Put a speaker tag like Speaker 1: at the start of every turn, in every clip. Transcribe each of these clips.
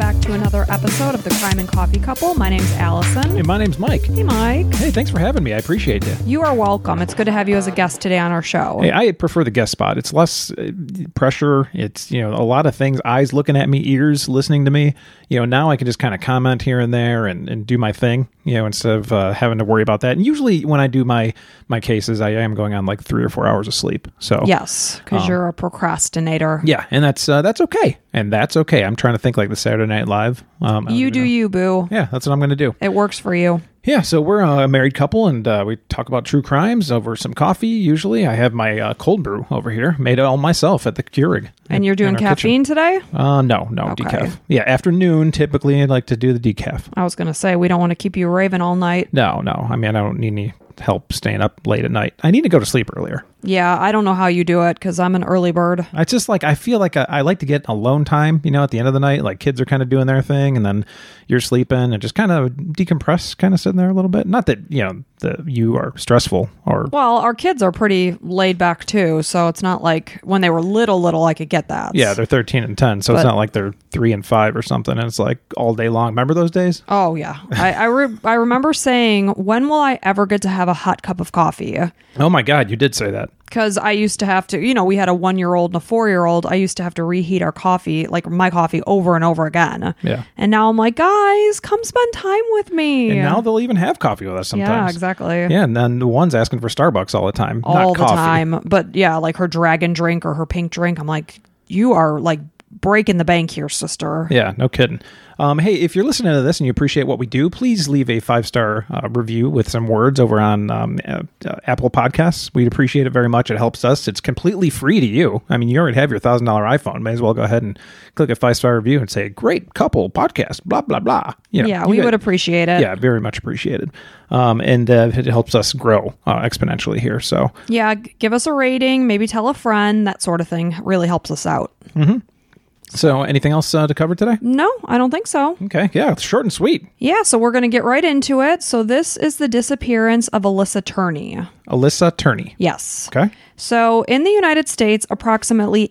Speaker 1: another episode of The Crime and Coffee Couple. My name's Allison.
Speaker 2: Hey, my name's Mike.
Speaker 1: Hey, Mike.
Speaker 2: Hey, thanks for having me. I appreciate you.
Speaker 1: You are welcome. It's good to have you as a guest today on our show.
Speaker 2: Hey, I prefer the guest spot. It's less uh, pressure. It's, you know, a lot of things, eyes looking at me, ears listening to me. You know, now I can just kind of comment here and there and, and do my thing, you know, instead of uh, having to worry about that. And usually when I do my, my cases, I am going on like three or four hours of sleep. So,
Speaker 1: Yes, because you're a procrastinator.
Speaker 2: Yeah, and that's uh, that's okay, and that's okay. I'm trying to think like the Saturday Night Live. Um, I don't
Speaker 1: you
Speaker 2: even
Speaker 1: do
Speaker 2: know.
Speaker 1: you, boo.
Speaker 2: Yeah, that's what I'm going to do.
Speaker 1: It works for you.
Speaker 2: Yeah, so we're a married couple, and uh, we talk about true crimes over some coffee. Usually, I have my uh, cold brew over here, made all myself at the Keurig.
Speaker 1: And you're doing
Speaker 2: in our
Speaker 1: caffeine
Speaker 2: kitchen.
Speaker 1: today?
Speaker 2: Uh, no, no
Speaker 1: Okay.
Speaker 2: decaf. Yeah, afternoon typically. I like to do the decaf.
Speaker 1: I was going to say, we don't want to keep you raving all night.
Speaker 2: No, no. I mean, I don't need any help staying up late at night. I need to go to sleep earlier.
Speaker 1: Yeah, I don't know how you do it because I'm an early bird.
Speaker 2: I just like I feel like I, I like to get alone time, you know, at the end of the night. Like kids are kind of doing their thing, and then you're sleeping, and just kind of decompress, kind of sitting there a little bit. Not that you know that you are stressful or
Speaker 1: Well, our kids are pretty laid back too, so it's not like when they were little, little, I could get that.
Speaker 2: yeah, they're thirteen and ten, so it's
Speaker 1: But-
Speaker 2: not like they're three and five or something. And it's like all day long. Remember those days?
Speaker 1: Oh yeah, I I, re- I remember saying, "When will I ever get to have a hot cup of coffee?"
Speaker 2: Oh my God, you did say that.
Speaker 1: Because I used to have to, you know, we had a one-year-old and a four-year-old. I used to have to reheat our coffee, like my coffee, over and over again.
Speaker 2: Yeah.
Speaker 1: And now I'm like, guys, come spend time with me.
Speaker 2: And now they'll even have coffee with us sometimes.
Speaker 1: yeah, exactly.
Speaker 2: Yeah, and then the one's asking for Starbucks all the time,
Speaker 1: all
Speaker 2: not
Speaker 1: the
Speaker 2: coffee.
Speaker 1: time. But yeah, like her dragon drink or her pink drink. I'm like, you are like breaking the bank here, sister.
Speaker 2: Yeah, no kidding. Um, hey, if you're listening to this and you appreciate what we do, please leave a five star uh, review with some words over on um, uh, uh, Apple Podcasts. We'd appreciate it very much. It helps us. It's completely free to you. I mean, you already have your thousand dollar iPhone. May as well go ahead and click a five star review and say, "Great couple podcast." Blah blah blah. You know,
Speaker 1: Yeah,
Speaker 2: you
Speaker 1: we
Speaker 2: guys-
Speaker 1: would appreciate it.
Speaker 2: Yeah, very much appreciated. Um, and uh, it helps us grow uh, exponentially here. So
Speaker 1: Yeah, g- give us a rating, maybe tell a friend, that sort of thing really helps us out.
Speaker 2: so anything else uh, to cover today?
Speaker 1: No, I don't think so.
Speaker 2: Okay, yeah, it's short and sweet.
Speaker 1: Yeah, so we're going to get right into it. So this is the disappearance of Alyssa Turney.
Speaker 2: Alyssa Turney.
Speaker 1: Yes.
Speaker 2: Okay.
Speaker 1: So in the United States, approximately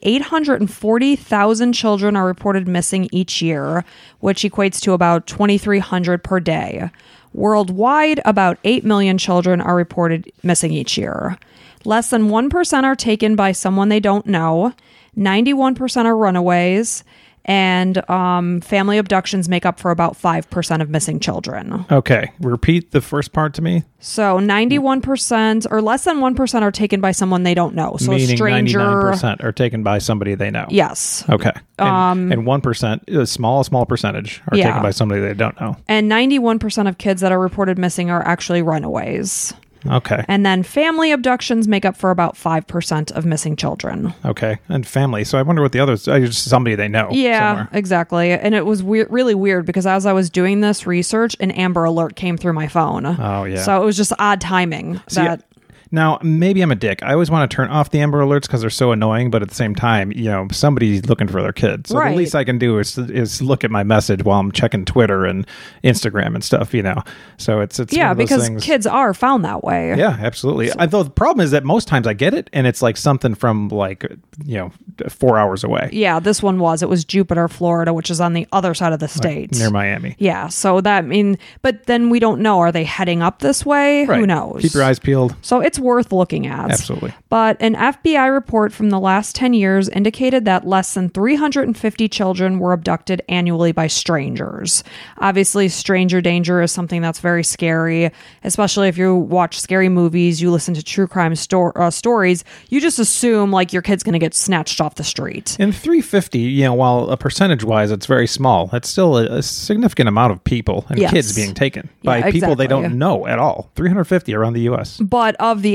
Speaker 1: 840,000 children are reported missing each year, which equates to about 2,300 per day. Worldwide, about 8 million children are reported missing each year. Less than 1% are taken by someone they don't know, 91% are runaways, and um, family abductions make up for about 5% of missing children.
Speaker 2: Okay, repeat the first part to me.
Speaker 1: So 91% or less than 1% are taken by someone they don't know. So a
Speaker 2: Meaning
Speaker 1: stranger.
Speaker 2: 99% are taken by somebody they know.
Speaker 1: Yes.
Speaker 2: Okay. And, and 1%, a small, small percentage are
Speaker 1: Um, Yeah.
Speaker 2: taken by somebody they don't know.
Speaker 1: And 91% of kids that are reported missing are actually runaways.
Speaker 2: Okay.
Speaker 1: And then family abductions make up for about 5% of missing children.
Speaker 2: okay. And family. So I wonder what the others, uh, just somebody they know.
Speaker 1: Yeah,
Speaker 2: somewhere.
Speaker 1: exactly. And it was weir- really weird because as I was doing this research, an Amber Alert came through my phone.
Speaker 2: Oh, yeah.
Speaker 1: So it was just odd timing
Speaker 2: See,
Speaker 1: that.
Speaker 2: now, maybe I'm a dick. I always want to turn off the Amber Alerts because they're so annoying, but at the same time, you know, somebody's looking for their kid. So
Speaker 1: Right.
Speaker 2: the least I can do is, is look at my message while I'm checking Twitter and Instagram and stuff, you know. So it's, it's, one
Speaker 1: Yeah,
Speaker 2: of those
Speaker 1: because
Speaker 2: things.
Speaker 1: kids are found that way.
Speaker 2: Yeah, absolutely. I Although the problem is that most times I get it, and it's like something from like you know four hours away
Speaker 1: Yeah, this one was. It was Jupiter, Florida, which is on the other side of the state.
Speaker 2: near Miami.
Speaker 1: Yeah, so that mean, but then we don't know. Are they heading up this way? Who
Speaker 2: Right.
Speaker 1: knows?
Speaker 2: Keep your eyes peeled.
Speaker 1: So it's worth looking at.
Speaker 2: Absolutely.
Speaker 1: But an FBI report from the last 10 years indicated that less than 350 children were abducted annually by strangers. Obviously, stranger danger is something that's very scary, especially if you watch scary movies, you listen to true crime stor- uh, stories, you just assume like your kid's going to get snatched off the street.
Speaker 2: And 350, you know, while a percentage wise it's very small, it's still a, a significant amount of people and
Speaker 1: Yes.
Speaker 2: kids being taken by
Speaker 1: Yeah,
Speaker 2: people they
Speaker 1: exactly.
Speaker 2: don't know at all. 350 around the U.S.
Speaker 1: But of the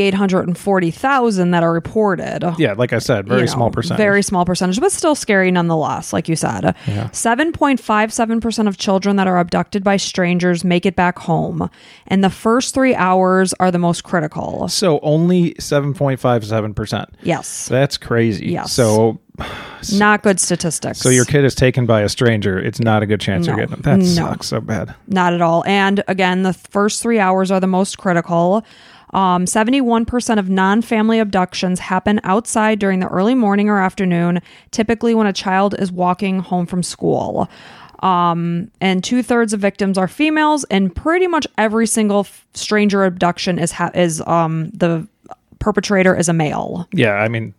Speaker 1: 840,000 that are reported,
Speaker 2: Yeah, like I said, very
Speaker 1: you know,
Speaker 2: small percentage.
Speaker 1: Very small percentage, but still scary nonetheless, like you said. 7.57% of children that are abducted by strangers make it back home. And the first three hours are the most critical.
Speaker 2: so only 7.57 percent.
Speaker 1: Yes.
Speaker 2: That's crazy.
Speaker 1: Yes.
Speaker 2: So
Speaker 1: Not good statistics.
Speaker 2: so your kid is taken by a stranger. It's not a good chance
Speaker 1: No.
Speaker 2: you're getting them. That
Speaker 1: No.
Speaker 2: sucks so bad.
Speaker 1: Not at all. And again, the first three hours are the most critical. Um, 71% of non family abductions happen outside during the early morning or afternoon, typically when a child is walking home from school. Um, and two thirds of victims are females, and pretty much every single f- stranger abduction is ha- is um, the perpetrator is a male.
Speaker 2: Yeah, I mean,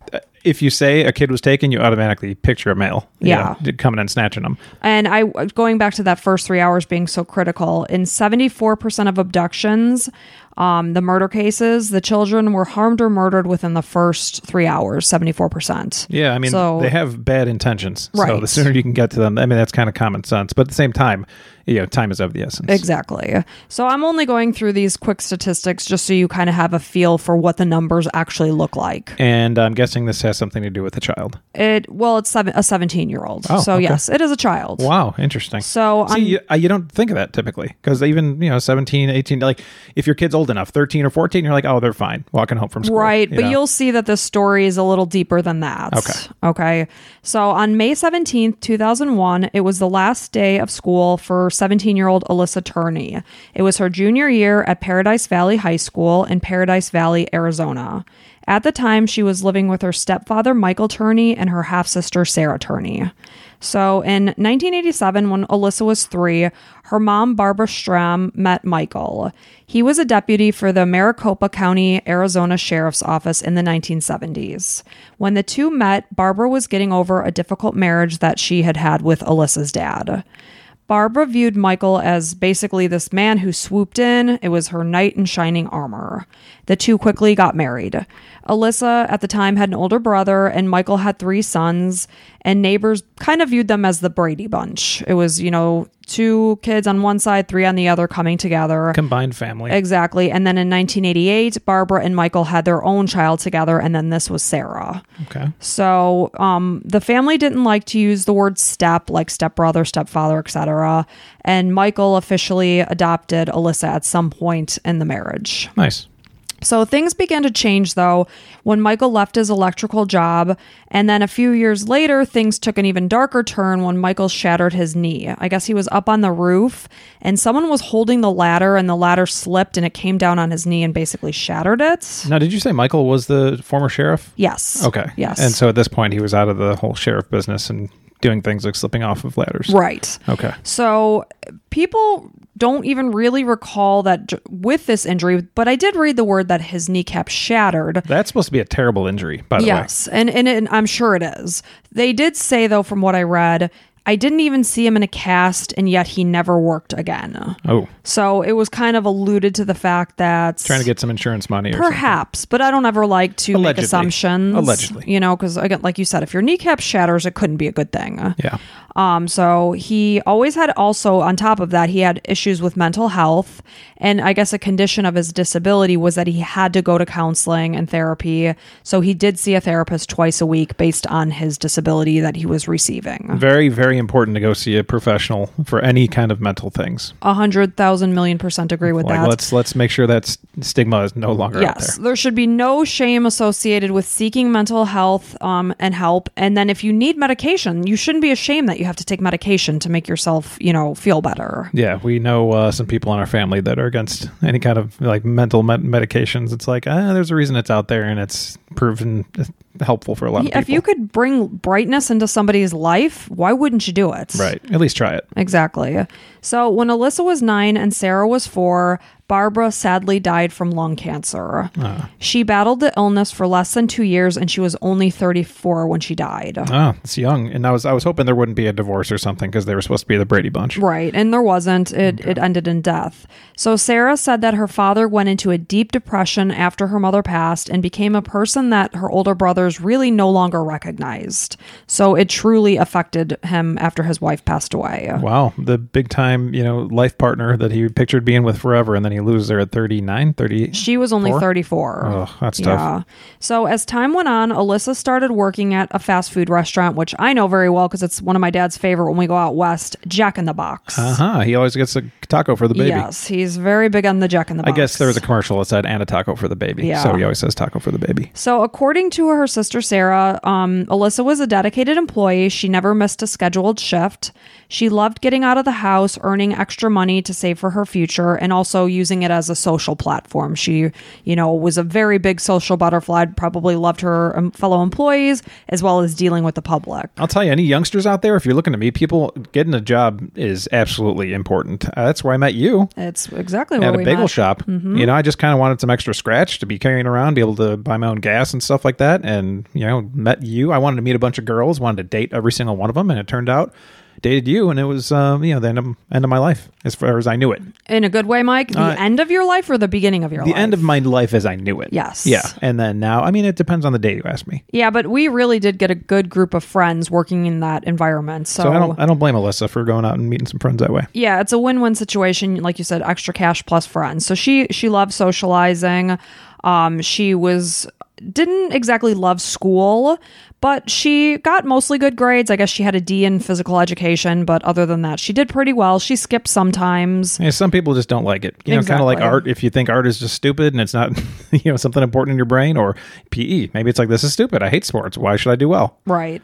Speaker 2: if you say a kid was taken, you automatically picture a male. you
Speaker 1: Yeah.
Speaker 2: know, coming and snatching them.
Speaker 1: And I going back to that first three hours being so critical. In seventy four percent of abductions, um, the murder cases, the children were harmed or murdered within the first three hours. Seventy four percent.
Speaker 2: Yeah, I mean,
Speaker 1: So-
Speaker 2: they have bad intentions. So
Speaker 1: Right.
Speaker 2: the sooner you can get to them, I mean, that's kind of common sense. But at the same time, you know, time is of the essence.
Speaker 1: Exactly. So I'm only going through these quick statistics just so you kind of have a feel for what the numbers actually look like.
Speaker 2: and I'm guessing this has something to do with the child.
Speaker 1: It well, it's seven, a 17 year old.
Speaker 2: Oh,
Speaker 1: so
Speaker 2: okay.
Speaker 1: yes, it is a child.
Speaker 2: Wow, interesting.
Speaker 1: So
Speaker 2: See,
Speaker 1: I'm-
Speaker 2: you, uh, you don't think of that typically because even, you know, 17, 18, like if your kid's old enough, 13 or 14, you're like, oh, they're fine walking home from school.
Speaker 1: Right,
Speaker 2: you
Speaker 1: but
Speaker 2: know?
Speaker 1: you'll see that this story is a little deeper than that.
Speaker 2: Okay.
Speaker 1: Okay. So on May 17th, 2001, it was the last day of school for 17 year old Alyssa Turney. It was her junior year at Paradise Valley High School in Paradise Valley, Arizona. At the time, she was living with her stepfather, Michael Turney, and her half sister, Sarah Turney. So in 1987, when Alyssa was three, her mom, Barbara Stram, met Michael. He was a deputy for the Maricopa County, Arizona Sheriff's Office in the 1970s. When the two met, Barbara was getting over a difficult marriage that she had had with Alyssa's dad. Barbara viewed Michael as basically this man who swooped in. It was her knight in shining armor. The two quickly got married. Alyssa, at the time, had an older brother, and Michael had three sons, and neighbors kind of viewed them as the Brady Bunch. It was, you know, two kids on one side, three on the other coming together.
Speaker 2: combined family.
Speaker 1: Exactly. And then in 1988, Barbara and Michael had their own child together, and then this was Sarah.
Speaker 2: okay.
Speaker 1: So um, the family didn't like to use the word step, like stepbrother, stepfather, etc. And Michael officially adopted Alyssa at some point in the marriage.
Speaker 2: Nice.
Speaker 1: So things began to change though when Michael left his electrical job. And then a few years later, things took an even darker turn when Michael shattered his knee. I guess he was up on the roof and someone was holding the ladder, and the ladder slipped and it came down on his knee and basically shattered it.
Speaker 2: Now, did you say Michael was the former sheriff?
Speaker 1: Yes.
Speaker 2: Okay.
Speaker 1: Yes.
Speaker 2: And so at this point, he was out of the whole sheriff business and doing things like slipping off of ladders.
Speaker 1: Right.
Speaker 2: Okay.
Speaker 1: So people don't even really recall that j- with this injury, but I did read the word that his kneecap shattered.
Speaker 2: That's supposed to be a terrible injury, by the
Speaker 1: Yes, and, and and I'm sure it is. They did say though, from what I read, I didn't even see him in a cast, and yet he never worked again.
Speaker 2: way. Oh,
Speaker 1: So it was kind of alluded to the fact that
Speaker 2: trying to get some insurance money or something.
Speaker 1: Perhaps, but I don't ever like to
Speaker 2: Allegedly.
Speaker 1: make assumptions.
Speaker 2: Allegedly.
Speaker 1: you know, because again, like you said, if your kneecap shatters, it couldn't be a good thing.
Speaker 2: Yeah.
Speaker 1: Um, so he always had also on top of that, he had issues with mental health. And I guess a condition of his disability was that he had to go to counseling and therapy. So he did see a therapist twice a week based on his disability that he was receiving.
Speaker 2: Very, very important to go see a professional for any kind of mental things.
Speaker 1: A hundred thousand million percent agree with
Speaker 2: Like
Speaker 1: that.
Speaker 2: let's let's make sure that s- stigma is no longer out
Speaker 1: Yes,
Speaker 2: there.
Speaker 1: there. should be no shame associated with seeking mental health um, and help. And then, if you need medication, you shouldn't be ashamed that you have to take medication to make yourself, you know, feel better.
Speaker 2: Yeah, we know uh, some people in our family that are against any kind of like mental med- medications. It's like ah, there's a reason it's out there, and it's proven helpful for a lot of people.
Speaker 1: If you could bring brightness into somebody's life, why wouldn't you do it?
Speaker 2: right, at least try it.
Speaker 1: Exactly. So when Alyssa was nine and Sarah was four, Barbara sadly died from lung cancer.
Speaker 2: Ah.
Speaker 1: She battled the illness for less than two years and she was only 34 when she died.
Speaker 2: Ah, it's young, and I was I was hoping there wouldn't be a divorce or something because they were supposed to be the Brady Bunch.
Speaker 1: Right, and there wasn't. It it ended in death. So Sarah said that her father went into a deep depression after her mother passed and became a person that her older brothers really no longer recognized. So it truly affected him after his wife passed away.
Speaker 2: Wow, the big time, you know, life partner that he pictured being with forever, and then he loses her at 39, 38.
Speaker 1: She was only
Speaker 2: Four?
Speaker 1: 34.
Speaker 2: Oh, that's
Speaker 1: Yeah. So as time went on, Alyssa started working at a fast food restaurant, which I know very well because it's one of my dad's favorite when we go out west, Jack in the Box.
Speaker 2: Uh huh. He always gets a taco for the baby.
Speaker 1: Yes, he's very big on the Jack in the
Speaker 2: I
Speaker 1: Box.
Speaker 2: guess there was a commercial that said and a taco for the baby.
Speaker 1: Yeah.
Speaker 2: So he always says taco for the baby.
Speaker 1: So, according to her sister Sarah, um, Alyssa was a dedicated employee. She never missed a scheduled shift. She loved getting out of the house, earning extra money to save for her future, and also using it as a social platform. She, you know, was a very big social butterfly, probably loved her um, fellow employees as well as dealing with the public.
Speaker 2: I'll tell you, any youngsters out there, if you're looking to meet people, getting a job is absolutely important. Uh, that's where I met you
Speaker 1: It's exactly
Speaker 2: at
Speaker 1: what
Speaker 2: a
Speaker 1: we Mm-hmm.
Speaker 2: bagel
Speaker 1: met.
Speaker 2: shop. You know, I just kind of wanted some extra scratch to be carrying around, be able to buy my own gas and stuff like that. And, you know, met you. I wanted to meet a bunch of girls, wanted to date every single one of them. And it turned out, dated you. And it was, um, you know, the end of, end of my life as far as I knew it.
Speaker 1: In a good way, Mike. The
Speaker 2: Uh,
Speaker 1: end of your life or the beginning of your
Speaker 2: The
Speaker 1: life?
Speaker 2: end of my life as I knew it.
Speaker 1: Yes.
Speaker 2: Yeah. And then now, I mean, it depends on the day you ask me.
Speaker 1: Yeah, but we really did get a good group of friends working in that environment. So,
Speaker 2: So I don't, I don't blame Alyssa for going out and meeting some friends that way.
Speaker 1: yeah, it's a win-win situation. Like you said, extra cash plus friends. So she she loves socializing. Um, she was didn't exactly love school, but she got mostly good grades. I guess she had a D in physical education, but other than that, she did pretty well. She skipped sometimes.
Speaker 2: Yeah, some people just don't like it. You know, kind of like
Speaker 1: Exactly.
Speaker 2: art. If you think art is just stupid and it's not, you know, something important in your brain or PE, maybe it's like this is stupid. I hate sports. Why should I do well?
Speaker 1: Right.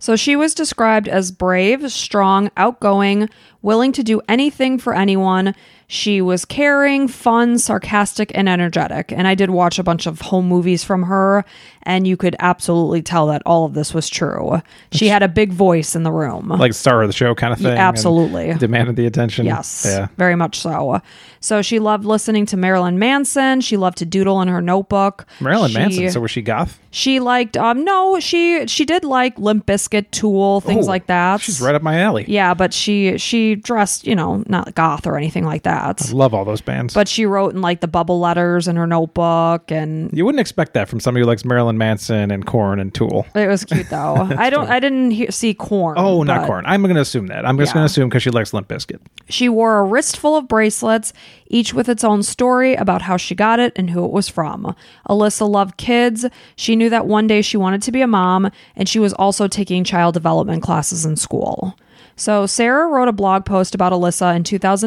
Speaker 1: So she was described as brave, strong, outgoing, willing to do anything for anyone. She was caring, fun, sarcastic, and energetic. And I did watch a bunch of home movies from her, and you could absolutely tell that all of this was true. She had a big voice in the room.
Speaker 2: Like star of the show kind of thing. and
Speaker 1: absolutely.
Speaker 2: demanded the attention.
Speaker 1: Yes,
Speaker 2: Yeah.
Speaker 1: very much so. So she loved listening to Marilyn Manson. She loved to doodle in her notebook.
Speaker 2: Marilyn
Speaker 1: She-
Speaker 2: Manson. So was she goth?
Speaker 1: she liked um no, she she did like Limp Bizkit, Tool, things
Speaker 2: Ooh,
Speaker 1: like that.
Speaker 2: Oh, She's right up my alley.
Speaker 1: Yeah, but she she dressed, you know, not goth or anything like that.
Speaker 2: Love all those bands.
Speaker 1: But she wrote in like the bubble letters in her notebook and
Speaker 2: you wouldn't expect that from somebody who likes Marilyn Manson and Corn and Tool.
Speaker 1: it was cute though. I don't I didn't he- see corn.
Speaker 2: Oh, not
Speaker 1: but
Speaker 2: Corn. I'm going to assume that. I'm just
Speaker 1: Yeah.
Speaker 2: going to assume because she likes Limp Bizkit.
Speaker 1: She wore a wristful of bracelets, each with its own story about how she got it and who it was from. Alyssa loved kids. She knew that one day she wanted to be a mom, and she was also taking child development classes in school. So, Sarah wrote a blog post about Alyssa in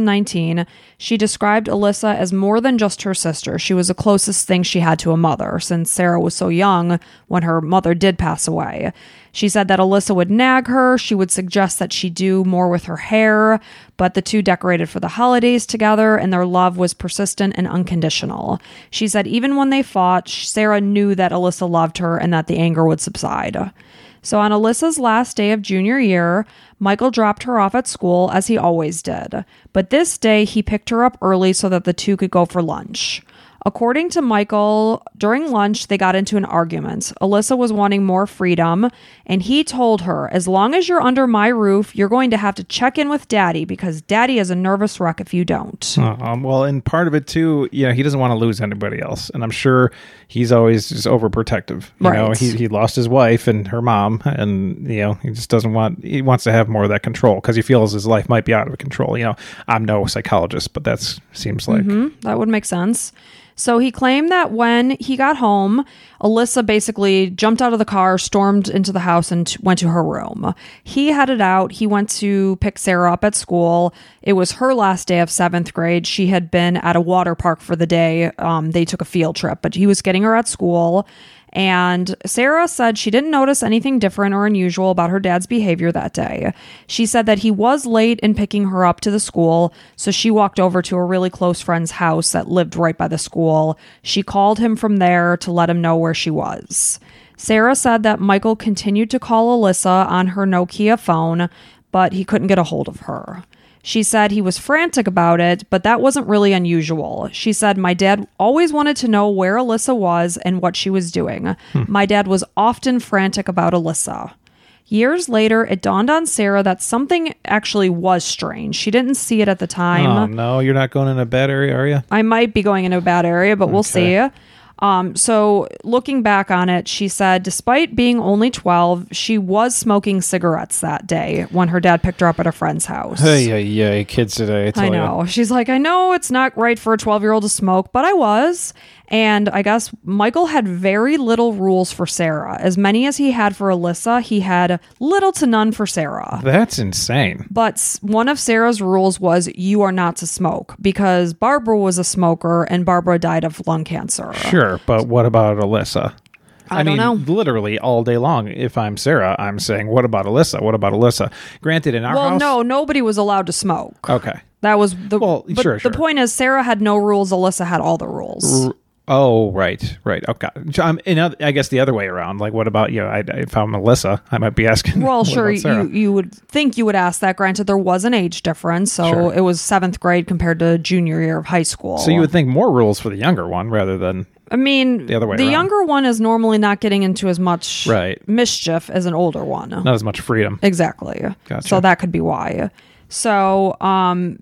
Speaker 1: 2019. She described Alyssa as more than just her sister. She was the closest thing she had to a mother, since Sarah was so young when her mother did pass away. She said that Alyssa would nag her. She would suggest that she do more with her hair, but the two decorated for the holidays together, and their love was persistent and unconditional. She said even when they fought, Sarah knew that Alyssa loved her and that the anger would subside. So on Alyssa's last day of junior year, Michael dropped her off at school as he always did. But this day, he picked her up early so that the two could go for lunch. According to Michael, during lunch, they got into an argument. Alyssa was wanting more freedom, and he told her, As long as you're under my roof, you're going to have to check in with daddy because daddy is a nervous wreck if you don't.
Speaker 2: Um, well, and part of it too, you know, he doesn't want to lose anybody else, and I'm sure he's always just overprotective. You know,
Speaker 1: Right.
Speaker 2: he he lost his wife and her mom, and you know, he just doesn't want. He wants to have more of that control because he feels his life might be out of control. You know, I'm no psychologist, but that seems like
Speaker 1: That would make sense. So he claimed that when he got home, Alyssa basically jumped out of the car, stormed into the house, and t- went to her room. He headed out. He went to pick Sarah up at school. It was her last day of seventh grade. She had been at a water park for the day. Um, they took a field trip, but he was getting her at school. And Sarah said she didn't notice anything different or unusual about her dad's behavior that day. She said that he was late in picking her up to the school, so she walked over to a really close friend's house that lived right by the school. She called him from there to let him know where she was. Sarah said that Michael continued to call Alyssa on her Nokia phone, but he couldn't get a hold of her. She said he was frantic about it, but that wasn't really unusual. She said, My dad always wanted to know where Alyssa was and what she was doing. My dad was often frantic about Alyssa. Years later, it dawned on Sarah that something actually was strange. She didn't see it at the time.
Speaker 2: Oh no, you're not going in a bad area, are you?
Speaker 1: I might be going into a bad area, but we'll see. Um, so, looking back on it, she said, despite being only 12, she was smoking cigarettes that day when her dad picked her up at a friend's house.
Speaker 2: yeah, yeah, kids today.
Speaker 1: I know. She's like, I know it's not right for a 12 year old to smoke, but I was. And I guess Michael had very little rules for Sarah. As many as he had for Alyssa, he had little to none for Sarah.
Speaker 2: That's insane.
Speaker 1: But s- one of Sarah's rules was you are not to smoke because Barbara was a smoker and Barbara died of lung cancer.
Speaker 2: Sure, but what about Alyssa?
Speaker 1: I
Speaker 2: mean,
Speaker 1: don't know.
Speaker 2: literally all day long. If I'm Sarah, I'm saying, "What about Alyssa? What about Alyssa?" Granted, in our
Speaker 1: Well,
Speaker 2: house,
Speaker 1: no, nobody was allowed to smoke.
Speaker 2: Okay.
Speaker 1: That was the
Speaker 2: Well,
Speaker 1: but
Speaker 2: sure, sure.
Speaker 1: The point is, Sarah had no rules. Alyssa had all the rules.
Speaker 2: Oh, right, right. Okay. So I'm, in oth- I guess the other way around. Like, what about you? I, if I'm Alyssa, I might be asking.
Speaker 1: Well,
Speaker 2: what
Speaker 1: sure,
Speaker 2: about Sarah?
Speaker 1: you you would think you would ask that. Granted, there was an age difference, so
Speaker 2: Sure.
Speaker 1: it was seventh grade compared to junior year of high school.
Speaker 2: so you would think more rules for the younger one rather than
Speaker 1: I mean, the
Speaker 2: other way around.
Speaker 1: younger one is normally not getting into as much
Speaker 2: Right.
Speaker 1: mischief as an older one.
Speaker 2: not as much freedom.
Speaker 1: Exactly.
Speaker 2: Gotcha.
Speaker 1: So that could be why. So um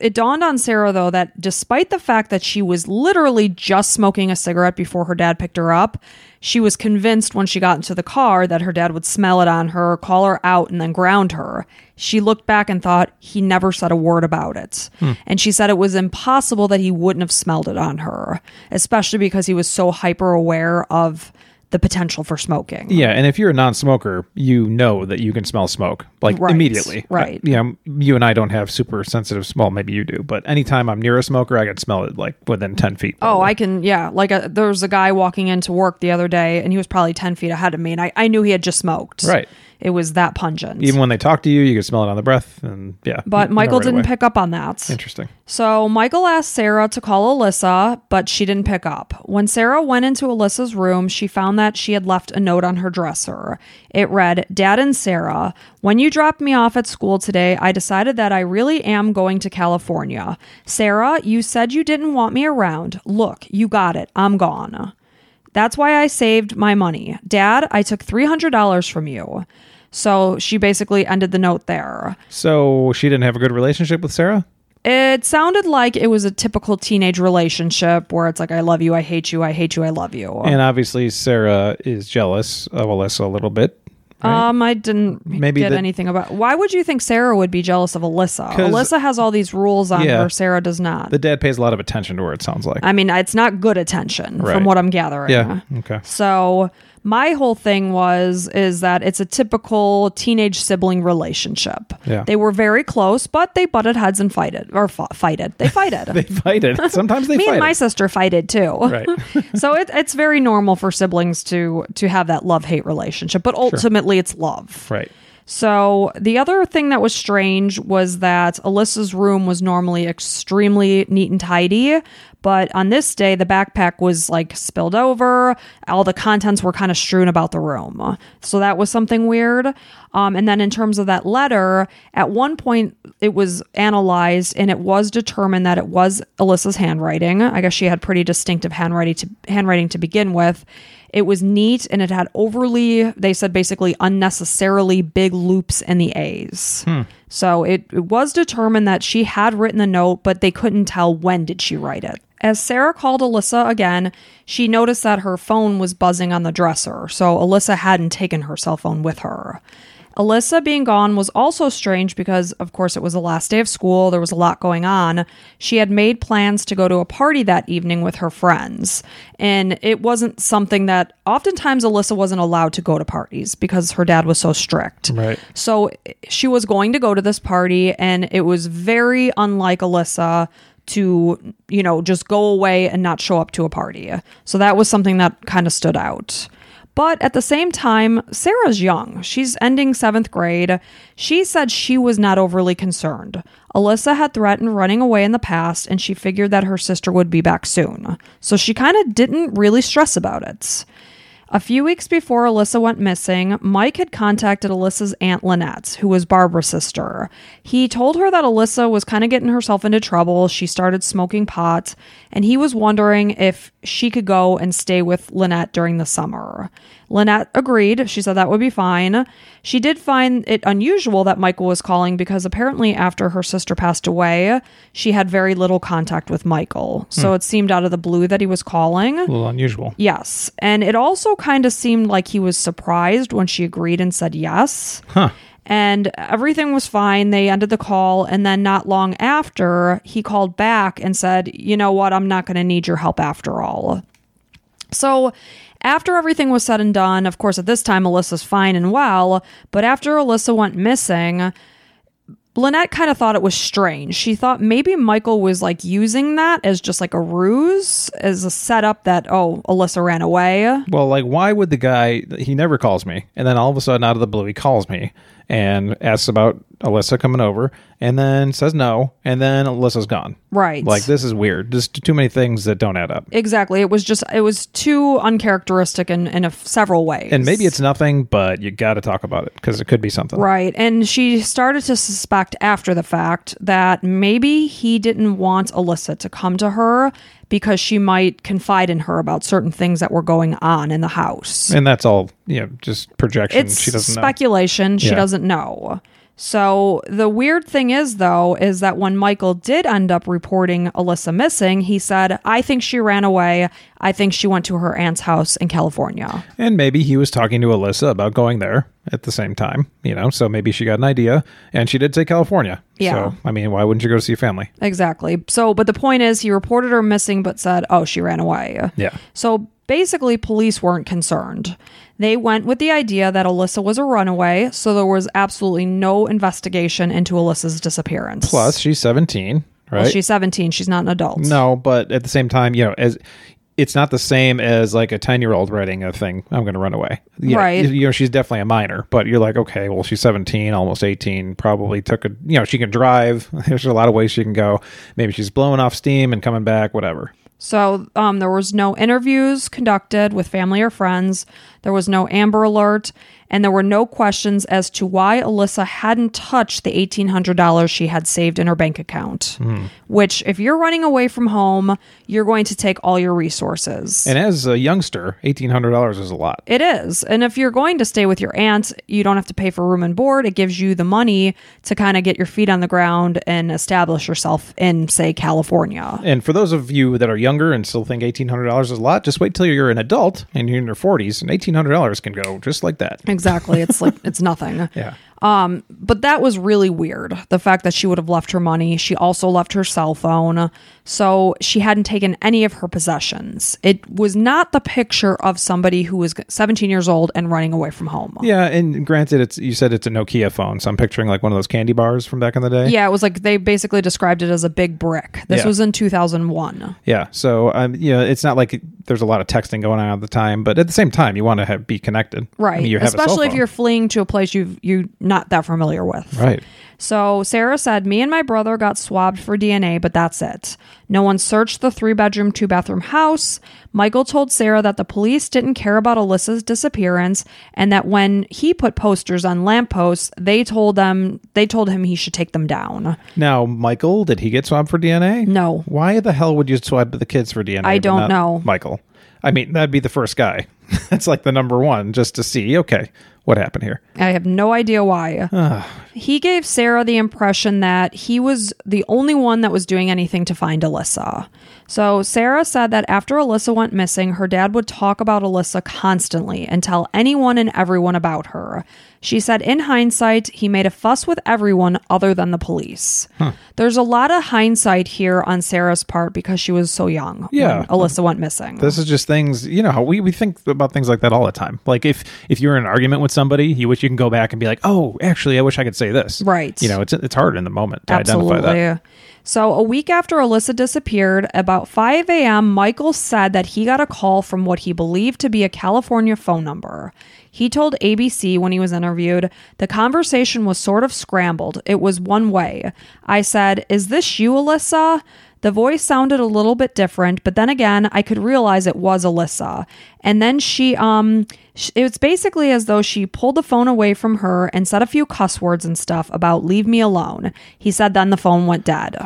Speaker 1: it dawned on Sarah though that despite the fact that she was literally just smoking a cigarette before her dad picked her up, she was convinced when she got into the car that her dad would smell it on her, call her out and then ground her. She looked back and thought he never said a word about it. And she said it was impossible that he wouldn't have smelled it on her, especially because he was so hyper aware of the potential for smoking.
Speaker 2: Yeah, and if you're a non-smoker, you know that you can smell smoke like
Speaker 1: Right,
Speaker 2: immediately.
Speaker 1: right.
Speaker 2: Yeah, you and I don't have super sensitive smell. Maybe you do, but anytime I'm near a smoker, I can smell it like within ten feet.
Speaker 1: Oh, I can. Yeah, like a, there was a guy walking into work the other day, and he was probably ten feet ahead of me, and I, I knew he had just smoked.
Speaker 2: Right.
Speaker 1: It was that pungent.
Speaker 2: Even when they talk to you, you can smell it on the breath, and yeah.
Speaker 1: but
Speaker 2: you know
Speaker 1: Michael
Speaker 2: right
Speaker 1: didn't
Speaker 2: away.
Speaker 1: pick up on that.
Speaker 2: Interesting.
Speaker 1: So Michael asked Sarah to call Alyssa, but she didn't pick up. When Sarah went into Alyssa's room, she found that she had left a note on her dresser. It read, Dad and Sarah, when you dropped me off at school today, I decided that I really am going to California. Sarah, you said you didn't want me around. Look, you got it. I'm gone. That's why I saved my money. Dad, I took $300 from you. So she basically ended the note there.
Speaker 2: So she didn't have a good relationship with Sarah.
Speaker 1: It sounded like it was a typical teenage relationship where it's like, I love you, I hate you, I hate you, I love you.
Speaker 2: And obviously, Sarah is jealous of Alyssa a little bit.
Speaker 1: Um, I didn't
Speaker 2: Maybe
Speaker 1: get
Speaker 2: the-
Speaker 1: anything about. Why would you think Sarah would be jealous of Alyssa?
Speaker 2: 'Cause-
Speaker 1: Alyssa has all these rules on
Speaker 2: Yeah.
Speaker 1: her. Sarah does not.
Speaker 2: The dad pays a lot of attention to her, it sounds like.
Speaker 1: I mean, it's not good attention
Speaker 2: Right.
Speaker 1: from what I'm gathering.
Speaker 2: yeah. Okay.
Speaker 1: So my whole thing was is that it's a typical teenage sibling relationship.
Speaker 2: Yeah.
Speaker 1: They were very close, but they butted heads and fighted or fought, fighted. They fighted.
Speaker 2: They fight it. Sometimes they
Speaker 1: me
Speaker 2: fight
Speaker 1: and my
Speaker 2: it.
Speaker 1: sister fighted too.
Speaker 2: Right.
Speaker 1: so it, it's very normal for siblings to to have that love hate relationship, but ultimately it's love.
Speaker 2: Right.
Speaker 1: So the other thing that was strange was that Alyssa's room was normally extremely neat and tidy, but on this day the backpack was like spilled over. All the contents were kind of strewn about the room, so that was something weird. Um, and then in terms of that letter, at one point it was analyzed and it was determined that it was Alyssa's handwriting. I guess she had pretty distinctive handwriting to handwriting to begin with. It was neat and it had overly, they said basically unnecessarily big loops in the A's. So it, it was determined that she had written the note, but they couldn't tell when did she write it. As Sarah called Alyssa again, she noticed that her phone was buzzing on the dresser, so Alyssa hadn't taken her cell phone with her. Alyssa being gone was also strange because, of course, it was the last day of school. There was a lot going on. She had made plans to go to a party that evening with her friends. And it wasn't something that oftentimes Alyssa wasn't allowed to go to parties because her dad was so strict.
Speaker 2: Right.
Speaker 1: So she was going to go to this party, and it was very unlike Alyssa to, you know, just go away and not show up to a party. So that was something that kind of stood out. But at the same time, Sarah's young. She's ending seventh grade. She said she was not overly concerned. Alyssa had threatened running away in the past, and she figured that her sister would be back soon. So she kind of didn't really stress about it. A few weeks before Alyssa went missing, Mike had contacted Alyssa's aunt Lynette, who was Barbara's sister. He told her that Alyssa was kind of getting herself into trouble. She started smoking pot, and he was wondering if she could go and stay with Lynette during the summer. Lynette agreed. She said that would be fine. She did find it unusual that Michael was calling because apparently, after her sister passed away, she had very little contact with Michael. So it seemed out of the blue that he was calling.
Speaker 2: A little unusual.
Speaker 1: Yes. And it also kind of seemed like he was surprised when she agreed and said yes.
Speaker 2: Huh.
Speaker 1: And everything was fine. They ended the call. And then, not long after, he called back and said, You know what? I'm not going to need your help after all. So, after everything was said and done, of course, at this time, Alyssa's fine and well. But after Alyssa went missing, Lynette kind of thought it was strange. She thought maybe Michael was like using that as just like a ruse, as a setup that, oh, Alyssa ran away.
Speaker 2: Well, like, why would the guy, he never calls me. And then all of a sudden, out of the blue, he calls me and asks about Alyssa coming over and then says no. And then Alyssa's gone.
Speaker 1: Right.
Speaker 2: Like, this is weird. Just too many things that don't add up.
Speaker 1: Exactly. It was just, it was too uncharacteristic in, in a, several ways.
Speaker 2: And maybe it's nothing, but you got to talk about it because it could be something.
Speaker 1: Right. And she started to suspect after the fact that maybe he didn't want Alyssa to come to her because she might confide in her about certain things that were going on in the house.
Speaker 2: And that's all, you know, just projection.
Speaker 1: it's
Speaker 2: she doesn't know.
Speaker 1: speculation. She
Speaker 2: Yeah.
Speaker 1: doesn't know. So the weird thing is, though, is that when Michael did end up reporting Alyssa missing, he said, "I think she ran away. I think she went to her aunt's house in California."
Speaker 2: And maybe he was talking to Alyssa about going there at the same time, you know, so maybe she got an idea and she did say California.
Speaker 1: Yeah.
Speaker 2: So, I mean, why wouldn't you go to see your family?
Speaker 1: Exactly. So, but the point is, he reported her missing, but said, "Oh, she ran away."
Speaker 2: Yeah.
Speaker 1: So basically, police weren't concerned. They went with the idea that Alyssa was a runaway, so there was absolutely no investigation into Alyssa's disappearance.
Speaker 2: Plus, she's 17, right?
Speaker 1: Well, she's 17. She's not an adult.
Speaker 2: no, but at the same time, you know, as it's not the same as like a 10 year old writing a thing, I'm going to run away. Yeah,
Speaker 1: Right.
Speaker 2: You, you know, she's definitely a minor, but you're like, okay, well, she's 17, almost 18, probably took a, you know, she can drive. There's a lot of ways she can go. Maybe she's blowing off steam and coming back, whatever.
Speaker 1: So um, there was no interviews conducted with family or friends. There was no Amber Alert, and there were no questions as to why Alyssa hadn't touched the eighteen hundred dollars she had saved in her bank account.
Speaker 2: Hmm.
Speaker 1: Which, if you're running away from home, you're going to take all your resources.
Speaker 2: And as a youngster, $1,800 is a lot.
Speaker 1: it is. And if you're going to stay with your aunt, you don't have to pay for room and board. It gives you the money to kind of get your feet on the ground and establish yourself in, say, California.
Speaker 2: And for those of you that are younger and still think eighteen hundred dollars is a lot, just wait till you're an adult and you're in your forties, and eighteen hundred dollars can go just like that.
Speaker 1: Exactly. It's like, it's nothing.
Speaker 2: Yeah,
Speaker 1: but that was really weird. The fact that she would have left her money. She also left her cell phone. So she hadn't taken any of her possessions. It was not the picture of somebody who was 17 years old and running away from home. Yeah.
Speaker 2: yeah. And granted, it's you said it's a Nokia phone, so I'm picturing like one of those candy bars from back in the day.
Speaker 1: it was like they basically described it as a big brick. This
Speaker 2: Yeah.
Speaker 1: was in 2001.
Speaker 2: Yeah. So um, you know, it's not like there's a lot of texting going on at the time, but at the same time, you want to have, be connected,
Speaker 1: Right.
Speaker 2: I mean, you have a cell
Speaker 1: Especially if
Speaker 2: phone.
Speaker 1: you're fleeing to a place you've, you're not that familiar with.
Speaker 2: right.
Speaker 1: So Sarah said, Me and my brother got swabbed for DNA, but that's it. No one searched the three bedroom, two bathroom house. Michael told Sarah that the police didn't care about Alyssa's disappearance and that when he put posters on lampposts, they told them they told him he should take them down.
Speaker 2: Now, Michael, did he get swabbed for DNA?
Speaker 1: No.
Speaker 2: Why the hell would you swab the kids for DNA?
Speaker 1: I
Speaker 2: but
Speaker 1: don't
Speaker 2: not
Speaker 1: know.
Speaker 2: Michael. I mean, that'd be the first guy. That's like the number one, just to see, okay, what happened here.
Speaker 1: I have no idea why. he gave Sarah the impression that he was the only one that was doing anything to find Alyssa. So Sarah said that after Alyssa went missing, her dad would talk about Alyssa constantly and tell anyone and everyone about her. She said, in hindsight, he made a fuss with everyone other than the police. There's a lot of hindsight here on Sarah's part because she was so young
Speaker 2: Yeah.
Speaker 1: when Alyssa went missing.
Speaker 2: This is just things, you know, how we, we think about things like that all the time. Like if if you're in an argument with somebody, you wish you can go back and be like, oh, actually, I wish I could say this.
Speaker 1: Right.
Speaker 2: You know, it's it's hard in the moment to identify that.
Speaker 1: So a week after Alyssa disappeared, about 5 a.m., Michael said that he got a call from what he believed to be a California phone number. He told ABC when he was interviewed, the conversation was sort of scrambled. It was one way. I said, Is this you, Alyssa? The voice sounded a little bit different, but then again, I could realize it was Alyssa. And then she, um, sh- it was basically as though she pulled the phone away from her and said a few cuss words and stuff about "leave me alone." He said then the phone went dead.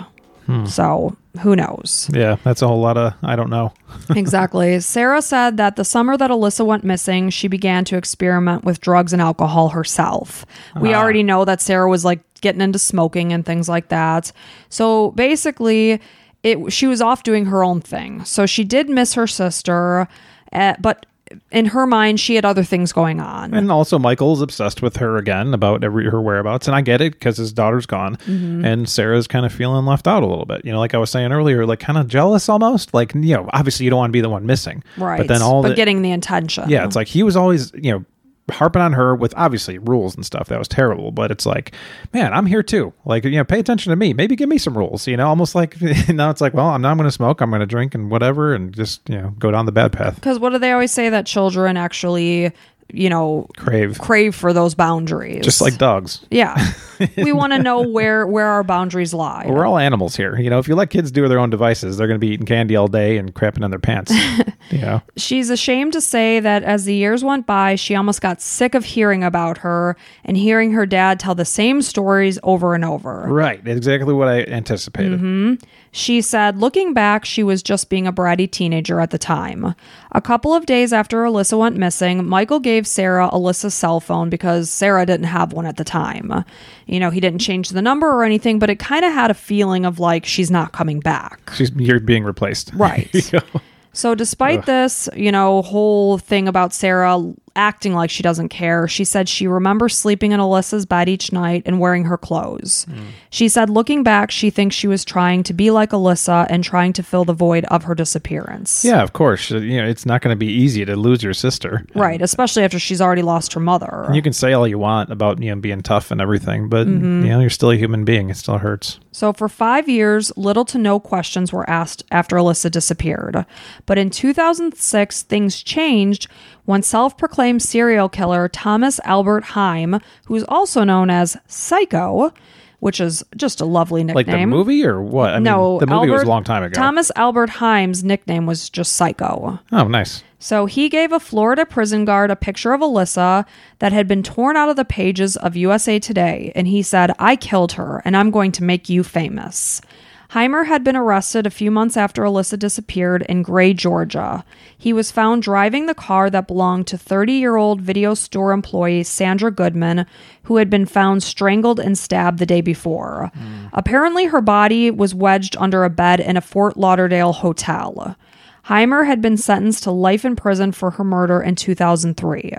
Speaker 1: So who knows?
Speaker 2: Yeah, that's a whole lot of I don't know.
Speaker 1: exactly. Sarah said that the summer that Alyssa went missing, she began to experiment with drugs and alcohol herself. We
Speaker 2: Ah.
Speaker 1: already know that Sarah was like getting into smoking and things like that. So basically, it she was off doing her own thing. So she did miss her sister, eh, but in her mind, she had other things going on.
Speaker 2: And also, Michael's obsessed with her again about every her whereabouts, and I get it because his daughter's gone,
Speaker 1: Mm-hmm.
Speaker 2: and Sarah's kind of feeling left out a little bit. You know, like I was saying earlier, like kind of jealous almost. Like you know, obviously you don't want to be the one missing,
Speaker 1: right.
Speaker 2: But then all
Speaker 1: but
Speaker 2: the
Speaker 1: getting the attention.
Speaker 2: yeah, it's like he was always you know harping on her with obviously rules and stuff. That was terrible, but it's like, man, I'm here too. Like, you know, pay attention to me. Maybe give me some rules. You know, almost like now it's like, well, I'm not going to smoke. I'm going to drink and whatever, and just you know, go down the bad path.
Speaker 1: Because what do they always say that children actually, you know,
Speaker 2: Crave,
Speaker 1: crave for those boundaries?
Speaker 2: just like dogs.
Speaker 1: yeah, we want to know where where our boundaries lie.
Speaker 2: We're all animals here. You know, if you let kids do their own devices, they're going to be eating candy all day and crapping on their pants. you know,
Speaker 1: She's ashamed to say that as the years went by, she almost got sick of hearing about her and hearing her dad tell the same stories over and over.
Speaker 2: right? Exactly what I anticipated.
Speaker 1: She said, looking back, she was just being a bratty teenager at the time. A couple of days after Alyssa went missing, Michael gave Sarah Alyssa's cell phone because Sarah didn't have one at the time. You know, he didn't change the number or anything, but it kind of had a feeling of like, she's not coming back.
Speaker 2: She's you're being replaced.
Speaker 1: Right. So, despite this, you know, whole thing about Sarah acting like she doesn't care, she said she remembers sleeping in Alyssa's bed each night and wearing her clothes. She said, looking back, she thinks she was trying to be like Alyssa and trying to fill the void of her disappearance.
Speaker 2: Yeah, of course. You know, it's not going to be easy to lose your sister.
Speaker 1: Right, especially after she's already lost her mother.
Speaker 2: You can say all you want about you know being tough and everything, but
Speaker 1: Mm-hmm.
Speaker 2: you know you're still a human being. It still hurts.
Speaker 1: So, for five years, little to no questions were asked after Alyssa disappeared. But in 2006, things changed when self proclaimed serial killer Thomas Albert Heim, who's also known as Psycho, which is just a lovely nickname.
Speaker 2: Like the movie or what? I mean,
Speaker 1: no,
Speaker 2: the movie was a
Speaker 1: Albert-
Speaker 2: long time ago.
Speaker 1: Thomas Albert Heim's nickname was just Psycho.
Speaker 2: oh, nice.
Speaker 1: So he gave a Florida prison guard a picture of Alyssa that had been torn out of the pages of USA Today, and he said, I killed her, and I'm going to make you famous. Heimer had been arrested a few months after Alyssa disappeared in Gray, Georgia. He was found driving the car that belonged to 30 year old video store employee Sandra Goodman, who had been found strangled and stabbed the day before. Apparently, her body was wedged under a bed in a Fort Lauderdale hotel. Heimer had been sentenced to life in prison for her murder in 2003.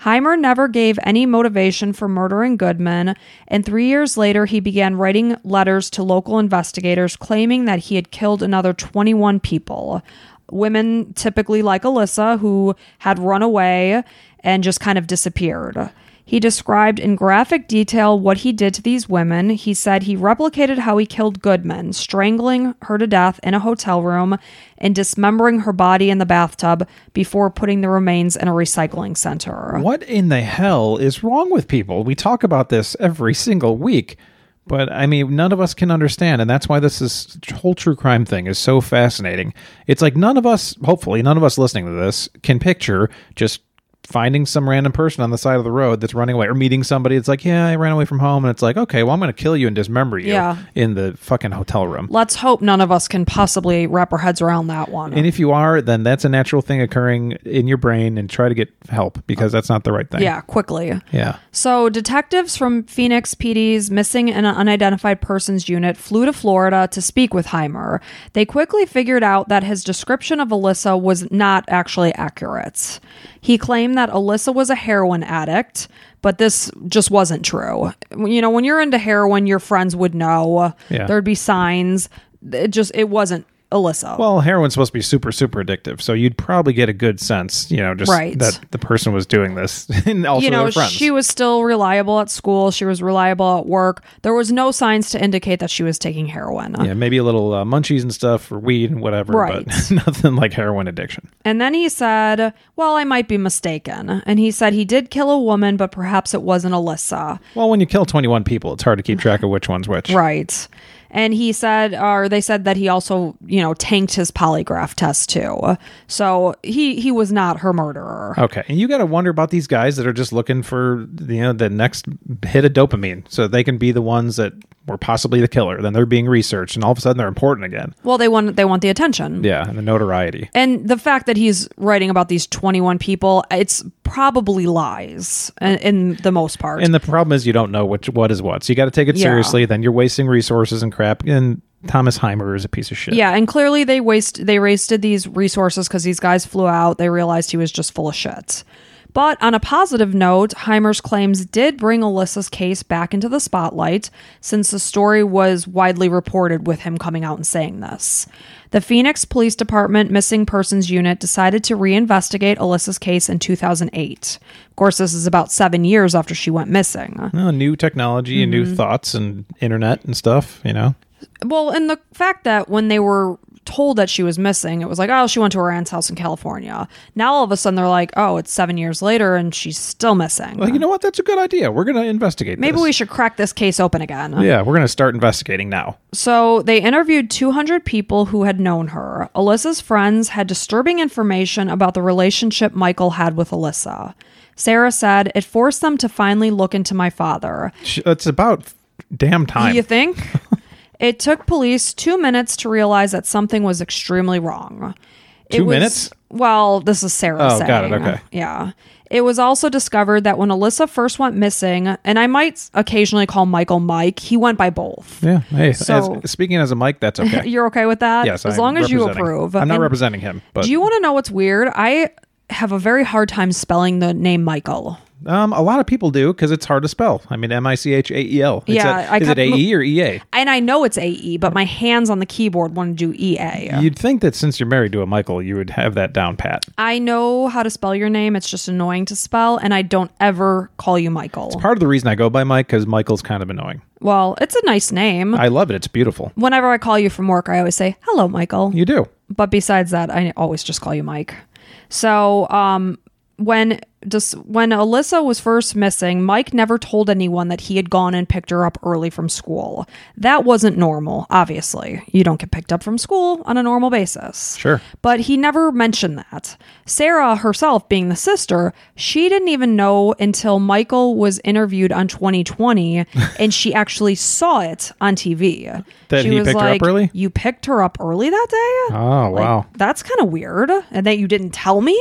Speaker 1: Heimer never gave any motivation for murdering Goodman, and three years later, he began writing letters to local investigators claiming that he had killed another 21 people. Women, typically like Alyssa, who had run away and just kind of disappeared. He described in graphic detail what he did to these women. He said he replicated how he killed Goodman, strangling her to death in a hotel room and dismembering her body in the bathtub before putting the remains in a recycling center.
Speaker 2: What in the hell is wrong with people? We talk about this every single week, but I mean, none of us can understand, and that's why this is whole true crime thing is so fascinating. It's like none of us, hopefully, none of us listening to this can picture just finding some random person on the side of the road that's running away or meeting somebody that's like, "Yeah, I ran away from home." And it's like, "Okay, well, I'm going to kill you and dismember you
Speaker 1: Yeah.
Speaker 2: in the fucking hotel room."
Speaker 1: Let's hope none of us can possibly wrap our heads around that one.
Speaker 2: And if you are, then that's a natural thing occurring in your brain and try to get help because that's not the right thing.
Speaker 1: yeah, quickly.
Speaker 2: Yeah.
Speaker 1: So, detectives from Phoenix PD's Missing and Unidentified Persons Unit flew to Florida to speak with Heimer. They quickly figured out that his description of Alyssa was not actually accurate. He claimed that Alyssa was a heroin addict, but this just wasn't true. You know, when you're into heroin, your friends would know.
Speaker 2: Yeah.
Speaker 1: There'd be signs. It just it wasn't Alyssa.
Speaker 2: Well, heroin's supposed to be super, super addictive, so you'd probably get a good sense, you know, just
Speaker 1: Right.
Speaker 2: that the person was doing this, and also
Speaker 1: you know,
Speaker 2: their friends.
Speaker 1: she was still reliable at school. She was reliable at work. There was no signs to indicate that she was taking heroin.
Speaker 2: yeah, maybe a little uh, munchies and stuff, or weed and whatever,
Speaker 1: Right.
Speaker 2: but nothing like heroin addiction.
Speaker 1: And then he said, Well, I might be mistaken. And he said he did kill a woman, but perhaps it wasn't Alyssa.
Speaker 2: Well, when you kill twenty-one people, it's hard to keep track of which one's which.
Speaker 1: Right. And he said, or they said that he also, you know, tanked his polygraph test too. So he he was not her murderer.
Speaker 2: Okay, and you got to wonder about these guys that are just looking for you know the next hit of dopamine, so they can be the ones that were possibly the killer. Then they're being researched, and all of a sudden they're important again.
Speaker 1: Well, they want they want the attention.
Speaker 2: Yeah, and the notoriety.
Speaker 1: And the fact that he's writing about these 21 people, it's probably lies in, in the most part.
Speaker 2: And the problem is you don't know which what is what. So you got to take it
Speaker 1: Yeah.
Speaker 2: seriously. Then you're wasting resources and crap. And Thomas Heimer is a piece of shit.
Speaker 1: Yeah, and clearly they waste they wasted these resources because these guys flew out. They realized he was just full of shit. But on a positive note, Heimer's claims did bring Alyssa's case back into the spotlight since the story was widely reported with him coming out and saying this. The Phoenix Police Department Missing Persons Unit decided to reinvestigate Alyssa's case in 2008. Of course, this is about seven years after she went missing.
Speaker 2: Well, Uh, new technology and
Speaker 1: Mm-hmm.
Speaker 2: new thoughts and internet and stuff, you know.
Speaker 1: Well, and the fact that when they were told that she was missing, it was like, oh, she went to her aunt's house in California. Now all of a sudden they're like, oh, it's seven years later and she's still missing.
Speaker 2: Like, you know what? That's a good idea. We're going to investigate
Speaker 1: Maybe
Speaker 2: this.
Speaker 1: we should crack this case open again.
Speaker 2: Yeah, we're going to start investigating now.
Speaker 1: So they interviewed 200 people who had known her. Alyssa's friends had disturbing information about the relationship Michael had with Alyssa. Sarah said, it forced them to finally look into my father.
Speaker 2: Sh- It's about damn time.
Speaker 1: You think? it took police two minutes to realize that something was extremely wrong. It
Speaker 2: Two
Speaker 1: was-
Speaker 2: minutes?
Speaker 1: Well, this is Sarah
Speaker 2: Oh,
Speaker 1: saying.
Speaker 2: got it, okay.
Speaker 1: Yeah. It was also discovered that when Alyssa first went missing, and I might occasionally call Michael Mike, he went by both.
Speaker 2: yeah. Hey,
Speaker 1: So-
Speaker 2: as- speaking as a mic, that's okay.
Speaker 1: You're okay with that?
Speaker 2: yes,
Speaker 1: As
Speaker 2: I'm
Speaker 1: long as you
Speaker 2: representing.
Speaker 1: approve.
Speaker 2: I'm not
Speaker 1: And
Speaker 2: representing him, but
Speaker 1: Do you want to know what's weird? I have a very hard time spelling the name Michael.
Speaker 2: um, a lot of people do because it's hard to spell. I mean, M I C H A E L. Is
Speaker 1: Yeah,
Speaker 2: that-
Speaker 1: I
Speaker 2: is
Speaker 1: kept-
Speaker 2: it A E or E A?
Speaker 1: And I know it's AE, but my hands on the keyboard want to do E EA.
Speaker 2: You'd think that since you're married to a Michael, you would have that down pat.
Speaker 1: I know how to spell your name. It's just annoying to spell, and I don't ever call you Michael.
Speaker 2: Part of the reason I go by Mike because Michael's kind of annoying.
Speaker 1: Well, it's a nice name.
Speaker 2: I love it. It's beautiful.
Speaker 1: Whenever I call you from work, I always say, hello, Michael.
Speaker 2: You do.
Speaker 1: but besides that, I always just call you Mike. So, um, when just when Alyssa was first missing, Mike never told anyone that he had gone and picked her up early from school. That wasn't normal, obviously. You don't get picked up from school on a normal basis.
Speaker 2: Sure.
Speaker 1: But he never mentioned that. Sarah herself, being the sister, she didn't even know until Michael was interviewed on 2020 and she actually saw it on TV.
Speaker 2: That
Speaker 1: she
Speaker 2: he
Speaker 1: was
Speaker 2: picked her up
Speaker 1: like,
Speaker 2: early?
Speaker 1: You picked her up early that day?
Speaker 2: Oh wow.
Speaker 1: That's kind of weird. And that you didn't tell me?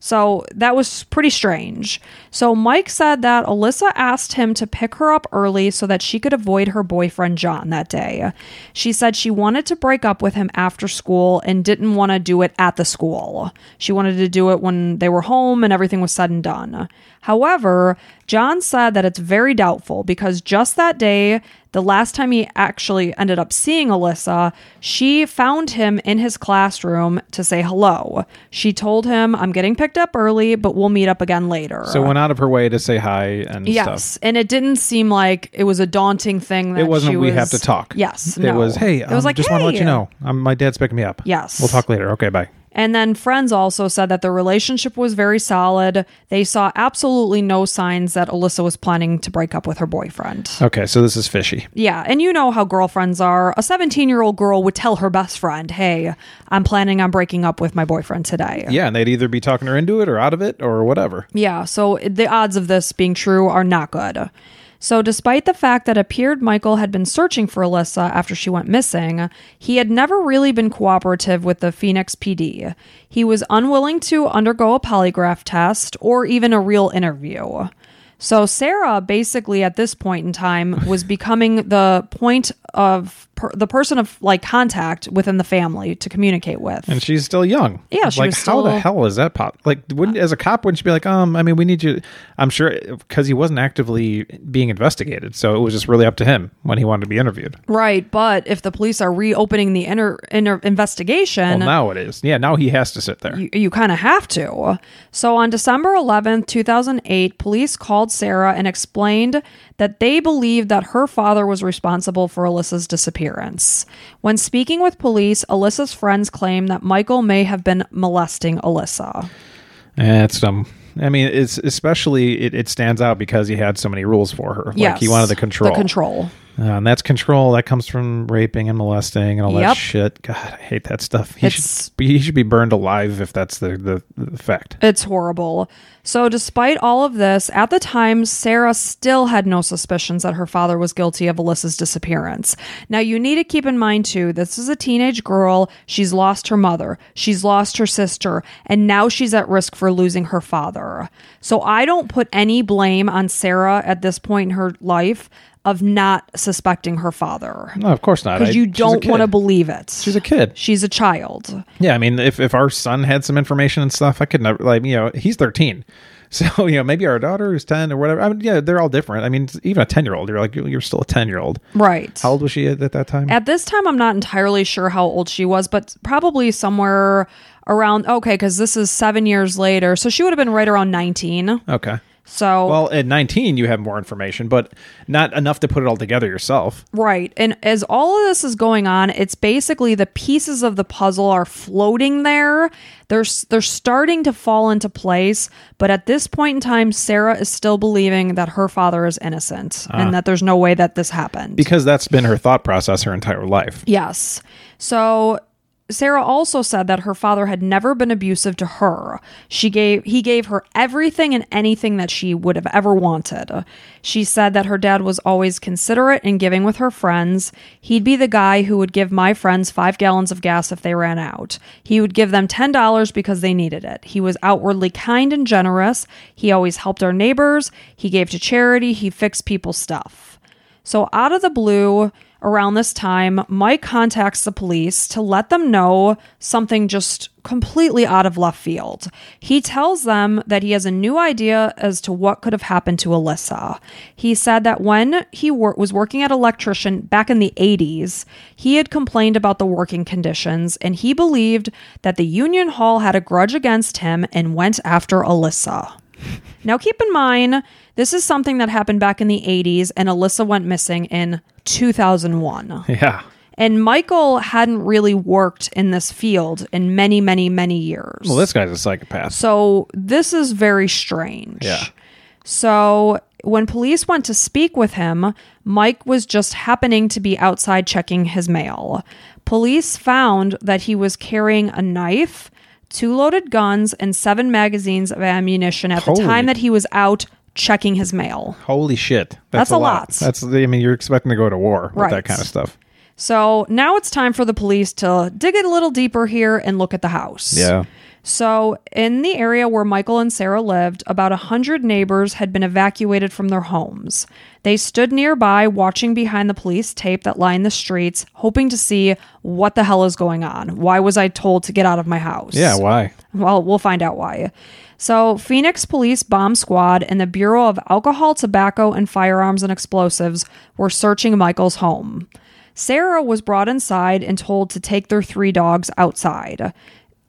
Speaker 1: So that was pretty strange. So Mike said that Alyssa asked him to pick her up early so that she could avoid her boyfriend John that day. She said she wanted to break up with him after school and didn't want to do it at the school. She wanted to do it when they were home and everything was said and done. However, John said that it's very doubtful because just that day, the last time he actually ended up seeing Alyssa, she found him in his classroom to say hello. She told him, I'm getting picked up early, but we'll meet up again later.
Speaker 2: So went out of her way to say hi and
Speaker 1: uh, yes.
Speaker 2: stuff.
Speaker 1: And it didn't seem like it was a daunting thing. That
Speaker 2: It wasn't
Speaker 1: she
Speaker 2: we
Speaker 1: was-
Speaker 2: have to talk.
Speaker 1: Yes.
Speaker 2: It
Speaker 1: no.
Speaker 2: was hey, um,
Speaker 1: it was like,
Speaker 2: just want to let you
Speaker 1: "Hey."
Speaker 2: know. Um, my dad's picking me up.
Speaker 1: Yes.
Speaker 2: We'll talk later. Okay, bye.
Speaker 1: And then friends also said that their relationship was very solid. They saw absolutely no signs that Alyssa was planning to break up with her boyfriend.
Speaker 2: Okay, so this is fishy.
Speaker 1: Yeah, and you know how girlfriends are. A 17 year old girl would tell her best friend, Hey, I'm planning on breaking up with my boyfriend today.
Speaker 2: Yeah, and they'd either be talking her into it or out of it or whatever.
Speaker 1: Yeah, so the odds of this being true are not good. So, despite the fact that it appeared Michael had been searching for Alyssa after she went missing, he had never really been cooperative with the Phoenix PD. He was unwilling to undergo a polygraph test or even a real interview. So, Sarah basically at this point in time was becoming the point of per- the person of like contact within the family to communicate with.
Speaker 2: And she's still young.
Speaker 1: Yeah, she
Speaker 2: like
Speaker 1: was
Speaker 2: how the
Speaker 1: still-
Speaker 2: hell is that pop? Like, wouldn't as a cop, wouldn't she be like, um, I mean, we need you? I'm sure because he wasn't actively being investigated, so it was just really up to him when he wanted to be interviewed.
Speaker 1: Right, but if the police are reopening the inner, inner investigation,
Speaker 2: Well, now it is. Yeah, now he has to sit there.
Speaker 1: you, you kind of have to. So on December 11th, 2008, police called Sarah and explained that they believed that her father was responsible for Alyssa's disappearance. When speaking with police, Alyssa's friends claimed that Michael may have been molesting Alyssa.
Speaker 2: Eh, it's um. I mean, it's especially it, it stands out because he had so many rules for her. Like he wanted the control.
Speaker 1: The control.
Speaker 2: Uh, and that's control that comes from raping and molesting and all
Speaker 1: Yep.
Speaker 2: that shit. God, I hate that stuff. He
Speaker 1: It's-
Speaker 2: should be, he should be burned alive if that's the the, the fact.
Speaker 1: It's horrible. So, despite all of this, at the time, Sarah still had no suspicions that her father was guilty of Alyssa's disappearance. Now, you need to keep in mind, too, this is a teenage girl. She's lost her mother, she's lost her sister, and now she's at risk for losing her father. So, I don't put any blame on Sarah at this point in her life of not suspecting her father
Speaker 2: No, of course not. I-
Speaker 1: because you
Speaker 2: she's a
Speaker 1: don't
Speaker 2: kid.
Speaker 1: want to believe it.
Speaker 2: She's a kid.
Speaker 1: She's a child.
Speaker 2: Yeah, I mean, if, if our son had some information and stuff, I could never like you know he's thirteen. So you know, maybe our daughter who's ten or whatever. I mean, yeah, they're all different. I mean, even a ten year old, you're like you're you're still a ten year old.
Speaker 1: Right.
Speaker 2: How old was she at, at that time?
Speaker 1: At this time, I'm not entirely sure how old she was, but probably somewhere around, okay, because this is seven years later. So she would have been right around 19.
Speaker 2: okay.
Speaker 1: So,
Speaker 2: Well, at 19, you have more information, but not enough to put it all together yourself.
Speaker 1: right. And as all of this is going on, it's basically the pieces of the puzzle are floating there. They're, s- they're starting to fall into place. But at this point in time, Sarah is still believing that her father is innocent and that there's no way that this happened.
Speaker 2: Because that's been her thought process her entire life.
Speaker 1: Yes. So Sarah also said that her father had never been abusive to her. She gave he gave her everything and anything that she would have ever wanted. She said that her dad was always considerate and giving with her friends. He'd be the guy who would give my friends 5 gallons of gas if they ran out. He would give them $10 because they needed it. He was outwardly kind and generous. He always helped our neighbors. He gave to charity. He fixed people's stuff. So, out of the blue, around this time, Mike contacts the police to let them know something just completely out of left field. He tells them that he has a new idea as to what could have happened to Alyssa. He said that when he wor- was working at electrician back in the 80s, he had complained about the working conditions and he believed that the union hall had a grudge against him and went after Alyssa. Now, keep in mind, this is something that happened back in the 80s, and Alyssa went missing in 2001.
Speaker 2: Yeah.
Speaker 1: And Michael hadn't really worked in this field in many, many, many years.
Speaker 2: Well, this guy's a psychopath.
Speaker 1: So this is very strange.
Speaker 2: Yeah.
Speaker 1: So when police went to speak with him, Mike was just happening to be outside checking his mail. Police found that he was carrying a knife, two loaded guns, and seven magazines of ammunition at
Speaker 2: Holy-
Speaker 1: the time that he was out checking his mail.
Speaker 2: Holy shit. That's,
Speaker 1: That's a lot.
Speaker 2: That's, the- I mean, you're expecting to go to war with that
Speaker 1: Right.
Speaker 2: kind of stuff.
Speaker 1: So now it's time for the police to dig a little deeper here and look at the house.
Speaker 2: Yeah.
Speaker 1: So, in the area where Michael and Sarah lived, about a 100 neighbors had been evacuated from their homes. They stood nearby, watching behind the police tape that lined the streets, hoping to see what the hell is going on. Why was I told to get out of my house?
Speaker 2: Yeah. Why?
Speaker 1: Well, we'll find out why. So, Phoenix Police Bomb Squad and the Bureau of Alcohol, Tobacco, and Firearms and Explosives were searching Michael's home. Sarah was brought inside and told to take their three dogs outside.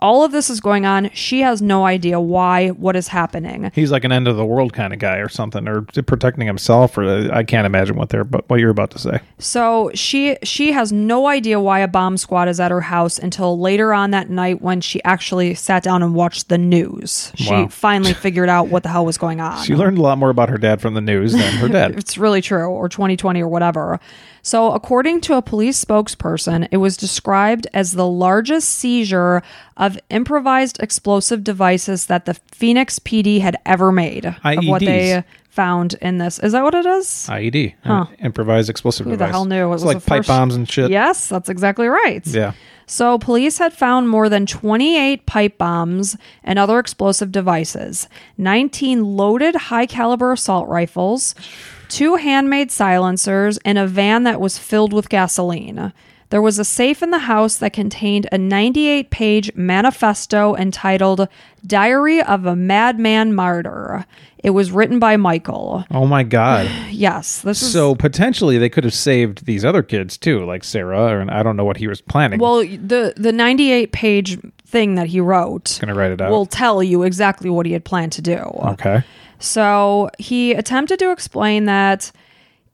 Speaker 1: All of this is going on. She has no idea why, what is happening.
Speaker 2: He's like an end of the world kind of guy or something, or protecting himself, or uh, I can't imagine what they're, but what you're about to say.
Speaker 1: So she she has no idea why a bomb squad is at her house until later on that night when she actually sat down and watched the news. She
Speaker 2: Wow.
Speaker 1: finally figured out what the hell was going on.
Speaker 2: She learned a lot more about her dad from the news than her dad.
Speaker 1: it's really true or 2020 or whatever. So, according to a police spokesperson, it was described as the largest seizure of improvised explosive devices that the Phoenix PD had ever made. Of what
Speaker 2: IEDs.
Speaker 1: they found in this. Is that what it is?
Speaker 2: IED, uh, improvised explosive
Speaker 1: Who the
Speaker 2: device.
Speaker 1: hell knew? It was
Speaker 2: it's like
Speaker 1: the
Speaker 2: pipe
Speaker 1: first-
Speaker 2: bombs and shit.
Speaker 1: Yes, that's exactly right.
Speaker 2: Yeah.
Speaker 1: So, police had found more than 28 pipe bombs and other explosive devices, 19 loaded high caliber assault rifles, two handmade silencers, and a van that was filled with gasoline. There was a safe in the house that contained a 98 page manifesto entitled Diary of a Madman Martyr. It was written by Michael.
Speaker 2: Oh my god.
Speaker 1: Yes, this is.
Speaker 2: So potentially they could have saved these other kids too, like Sarah, and I don't know what he was planning.
Speaker 1: Well, the the 98 page thing that he wrote
Speaker 2: gonna write it out.
Speaker 1: will tell you exactly what he had planned to do.
Speaker 2: okay.
Speaker 1: So he attempted to explain that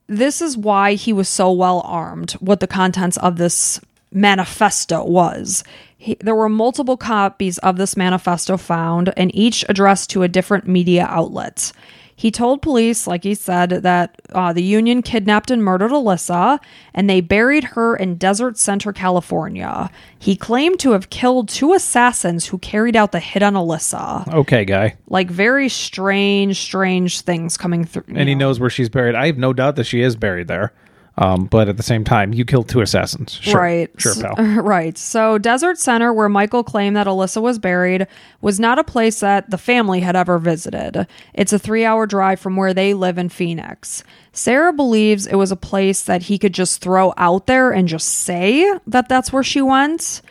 Speaker 1: this is why he was so well armed, what the contents of this manifesto was. He, there were multiple copies of this manifesto found, and each addressed to a different media outlet. He told police, like he said, that uh, the Union kidnapped and murdered Alyssa, and they buried her in Desert Center, California. He claimed to have killed two assassins who carried out the hit on Alyssa
Speaker 2: Okay, guy.
Speaker 1: like very strange, strange things coming through.
Speaker 2: And he knows where she's buried. I have no doubt that she is buried there. Um, but at the same time, you killed two assassins. Sure.
Speaker 1: right.
Speaker 2: Sure,
Speaker 1: S- uh,
Speaker 2: pal.
Speaker 1: Right. So, Desert Center, where Michael claimed that Alyssa was buried, was not a place that the family had ever visited. It's a three hour drive from where they live in Phoenix. Sarah believes it was a place that he could just throw out there and just say that that's where she went.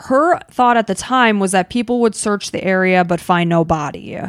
Speaker 1: Her thought at the time was that people would search the area but find no body.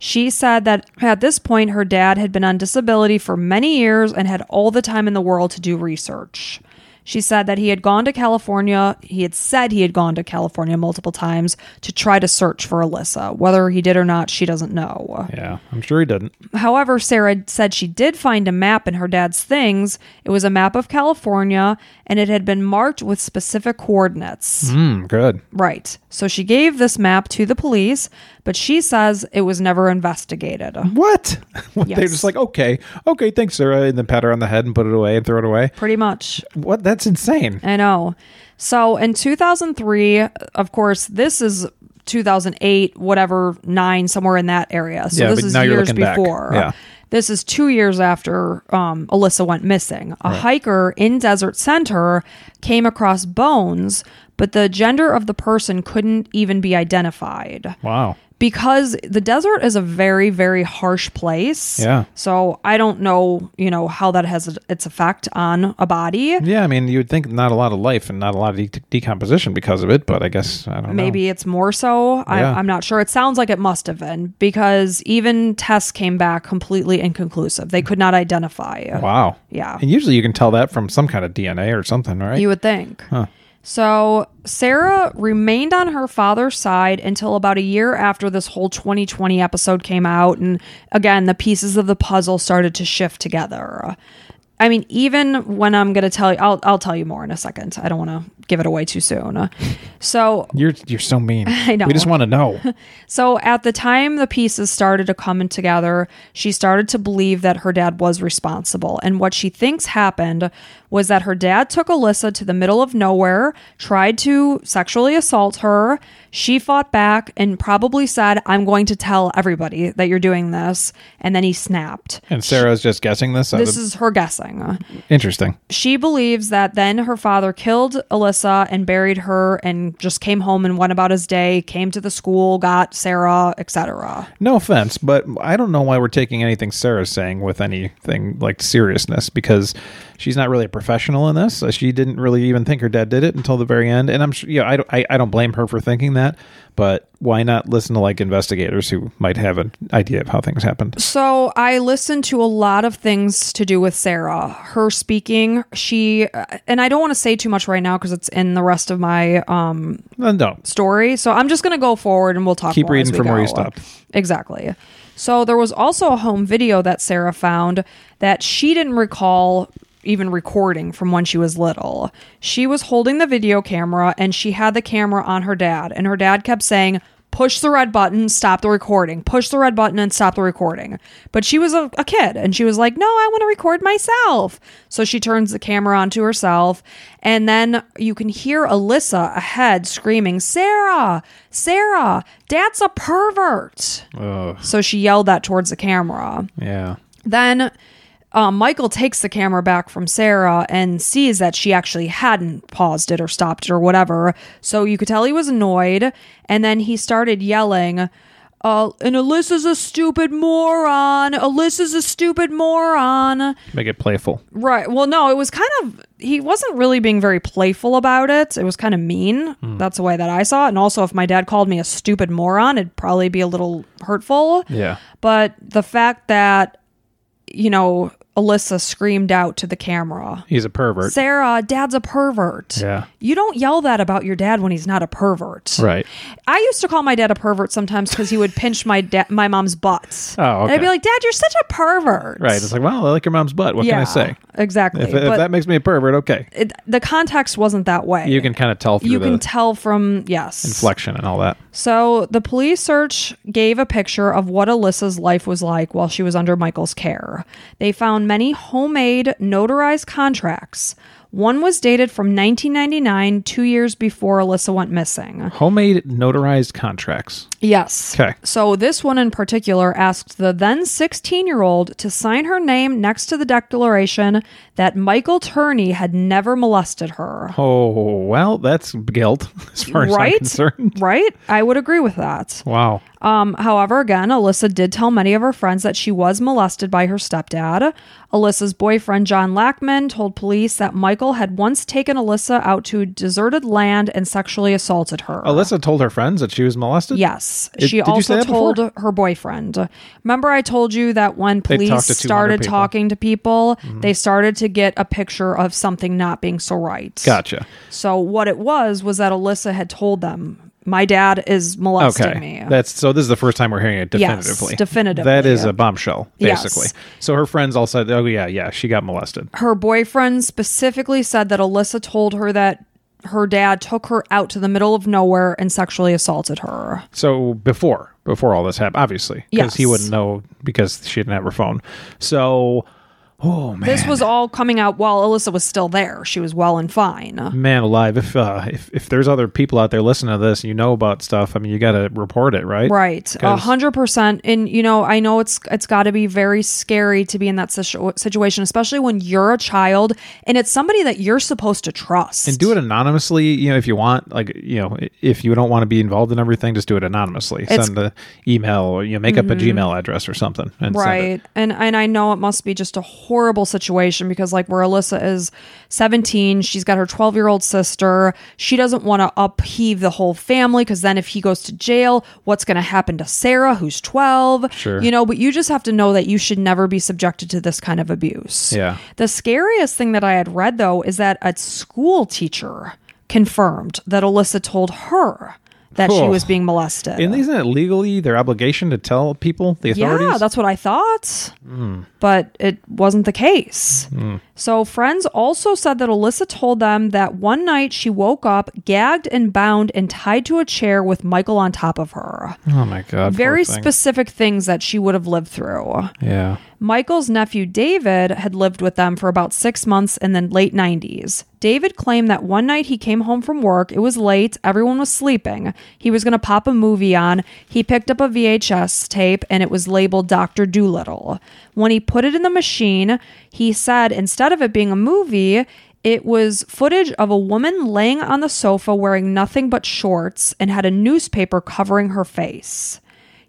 Speaker 1: She said that at this point, her dad had been on disability for many years and had all the time in the world to do research. She said that he had gone to California. He had said he had gone to California multiple times to try to search for Alyssa. Whether he did or not, she doesn't know.
Speaker 2: Yeah, I'm sure he didn't.
Speaker 1: However, Sarah said she did find a map in her dad's things. It was a map of California and it had been marked with specific coordinates.
Speaker 2: Hmm, good.
Speaker 1: Right. So she gave this map to the police, but she says it was never investigated.
Speaker 2: What? They're
Speaker 1: Yes.
Speaker 2: just like, okay, okay, thanks, Sarah, and then pat her on the head and put it away and throw it away.
Speaker 1: Pretty much.
Speaker 2: What? That's insane.
Speaker 1: I know. So in 2003, of course, this is 2008, whatever, nine, somewhere in that area. So
Speaker 2: Yeah,
Speaker 1: this
Speaker 2: but
Speaker 1: is
Speaker 2: now you're
Speaker 1: years
Speaker 2: looking back.
Speaker 1: before.
Speaker 2: Yeah.
Speaker 1: This is two years after um, Alyssa went missing. A hiker in Desert Center came across bones, but the gender of the person couldn't even be identified
Speaker 2: Wow.
Speaker 1: because the desert is a very very harsh place
Speaker 2: Yeah.
Speaker 1: so i don't know you know how that has its effect on a body
Speaker 2: Yeah, I mean, you would think not a lot of life and not a lot of de- decomposition because of it, but I guess I don't know.
Speaker 1: Maybe it's more so. I,
Speaker 2: Yeah.
Speaker 1: I'm not sure. It sounds like it must have been because even tests came back completely inconclusive. They could not identify.
Speaker 2: Wow.
Speaker 1: Yeah.
Speaker 2: And usually you can tell that from some kind of DNA or something, right?
Speaker 1: You would think. So Sarah remained on her father's side until about a year after this whole 2020 episode came out. And again, the pieces of the puzzle started to shift together. I mean, even when I'm going to tell you, I'll, I'll tell you more in a second. I don't want to give it away too soon. So
Speaker 2: you're you're so mean. I
Speaker 1: know.
Speaker 2: We just want to know.
Speaker 1: So at the time the pieces started to come together, she started to believe that her dad was responsible. And what she thinks happened was that her dad took Alyssa to the middle of nowhere, tried to sexually assault her. She fought back and probably said, I'm going to tell everybody that you're doing this. And then he snapped.
Speaker 2: And Sarah's just guessing this. out
Speaker 1: This
Speaker 2: of-
Speaker 1: is her guessing
Speaker 2: interesting.
Speaker 1: she believes that then her father killed Alyssa and buried her and just came home and went about his day, came to the school, got Sarah, etc.
Speaker 2: No offense, but I don't know why we're taking anything Sarah's saying with anything like seriousness because she's not really a professional in this. Uh, She didn't really even think her dad did it until the very end, and I'm sure. Yeah, I don't. I, I don't blame her for thinking that, but why not listen to like investigators who might have an idea of how things happened?
Speaker 1: So I listened to a lot of things to do with Sarah, her speaking, she uh, and I don't want to say too much right now cuz it's in the rest of my um
Speaker 2: No, no.
Speaker 1: story. So I'm just going to go forward and we'll talk.
Speaker 2: Keep
Speaker 1: more
Speaker 2: reading
Speaker 1: as we
Speaker 2: from where you
Speaker 1: go.
Speaker 2: stopped.
Speaker 1: Exactly. So there was also a home video that Sarah found that she didn't recall even recording from when she was little. She was holding the video camera and she had the camera on her dad, and her dad kept saying. Push the red button, stop the recording. Push the red button and stop the recording. But she was a, a kid and she was like, No, I want to record myself. So she turns the camera onto herself. And then you can hear Alyssa ahead screaming, Sarah, Sarah, dad's a pervert. So she yelled that towards the camera.
Speaker 2: Yeah.
Speaker 1: Then uh, Michael takes the camera back from Sarah and sees that she actually hadn't paused it or stopped it or whatever. So you could tell he was annoyed. And then he started yelling, uh, and Alyssa's a stupid moron. Alyssa's a stupid moron.
Speaker 2: Make it playful.
Speaker 1: Right. Well, no, it was kind of he wasn't really being very playful about it. It was kind of mean. That's the way that I saw it. And also if my dad called me a stupid moron, it'd probably be a little hurtful.
Speaker 2: Yeah.
Speaker 1: But the fact that you know, Alyssa screamed out to the camera,
Speaker 2: He's a pervert.
Speaker 1: "Sarah, dad's a pervert."
Speaker 2: Yeah.
Speaker 1: You don't yell that about your dad when he's not a pervert.
Speaker 2: Right.
Speaker 1: I used to call my dad a pervert sometimes because he would pinch my da- my mom's butt.
Speaker 2: Oh,
Speaker 1: And I'd be
Speaker 2: okay.
Speaker 1: like, "Dad, you're such a pervert."
Speaker 2: Right. It's like, well, I like your mom's butt. What
Speaker 1: yeah,
Speaker 2: can I say?
Speaker 1: exactly.
Speaker 2: If, if
Speaker 1: But-
Speaker 2: that makes me a pervert, okay.
Speaker 1: it, the context wasn't that way.
Speaker 2: You can kind of tell through
Speaker 1: you
Speaker 2: the
Speaker 1: can tell from yes.
Speaker 2: inflection and all that.
Speaker 1: so the police search gave a picture of what Alyssa's life was like while she was under Michael's care. They found many homemade notarized contracts. One was dated from 1999, two years before Alyssa went missing.
Speaker 2: Homemade notarized contracts.
Speaker 1: Yes.
Speaker 2: Okay.
Speaker 1: So this one in particular asked the then 16 year old to sign her name next to the declaration that Michael Turney had never molested her.
Speaker 2: Oh well, that's guilt as far as I'm concerned.
Speaker 1: Right? I would agree with that.
Speaker 2: Wow.
Speaker 1: Um, however, again, Alyssa did tell many of her friends that she was molested by her stepdad. Alyssa's boyfriend, John Lackman, told police that Michael Michael had once taken Alyssa out to deserted land and sexually assaulted her.
Speaker 2: Alyssa told her friends that she was molested.
Speaker 1: Yes.
Speaker 2: It-
Speaker 1: she
Speaker 2: did you say
Speaker 1: also
Speaker 2: that before?
Speaker 1: told her boyfriend. Remember, I told you that when police
Speaker 2: talked to 200
Speaker 1: started
Speaker 2: people. Mm-hmm.
Speaker 1: talking to people, they started to get a picture of something not being so right.
Speaker 2: Gotcha.
Speaker 1: So, what it was was that Alyssa had told them, My dad is molesting
Speaker 2: Okay.
Speaker 1: me.
Speaker 2: That's so. This is the first time we're hearing it definitively.
Speaker 1: definitively.
Speaker 2: That is a bombshell,
Speaker 1: Yes.
Speaker 2: basically. So her friends all said, "Oh yeah, yeah, she got molested."
Speaker 1: her boyfriend specifically said that Alyssa told her that her dad took her out to the middle of nowhere and sexually assaulted her.
Speaker 2: So before before all this happened, obviously, because he
Speaker 1: Yes.
Speaker 2: wouldn't know because she didn't have her phone. So, oh man,
Speaker 1: This was all coming out while Alyssa was still there. She was well and fine.
Speaker 2: man alive. If uh, if if there's other people out there listening to this and you know about stuff, I mean, you got to report it, right?
Speaker 1: Right. A
Speaker 2: 'Cause-
Speaker 1: hundred percent. And you know, I know it's it's got to be very scary to be in that situ- situation, especially when you're a child and it's somebody that you're supposed to trust.
Speaker 2: And do it anonymously, you know, if you want. Like, you know, i- if you don't want to be involved in everything, just do it anonymously.
Speaker 1: It's- Mm-hmm.
Speaker 2: send the email, or you know, make up a Gmail address or something, and send it.
Speaker 1: right and and i know it must be just a horrible situation because like where alyssa is 17 she's got her 12 year old sister she doesn't want to upheave the whole family because then if he goes to jail what's going to happen to sarah who's 12
Speaker 2: Sure.
Speaker 1: you know but you just have to know that you should never be subjected to this kind of abuse
Speaker 2: Yeah.
Speaker 1: the scariest thing that i had read though is that a school teacher confirmed that alyssa told her that she
Speaker 2: Oh.
Speaker 1: was being molested
Speaker 2: And isn't it legally their obligation to tell people the authorities?
Speaker 1: yeah, that's what I thought.
Speaker 2: Hmm.
Speaker 1: But it wasn't the case. So, friends also said that Alyssa told them that one night she woke up gagged and bound and tied to a chair with Michael on top of her.
Speaker 2: oh my god, poor
Speaker 1: Very
Speaker 2: thing.
Speaker 1: specific things that she would have lived through.
Speaker 2: Yeah,
Speaker 1: Michael's nephew David had lived with them for about six months in the late 90s. David claimed that one night he came home from work, it was late, everyone was sleeping. He was going to pop a movie on. He picked up a VHS tape and it was labeled Dr. Doolittle. When he put it in the machine, he said instead of it being a movie, it was footage of a woman laying on the sofa wearing nothing but shorts and had a newspaper covering her face.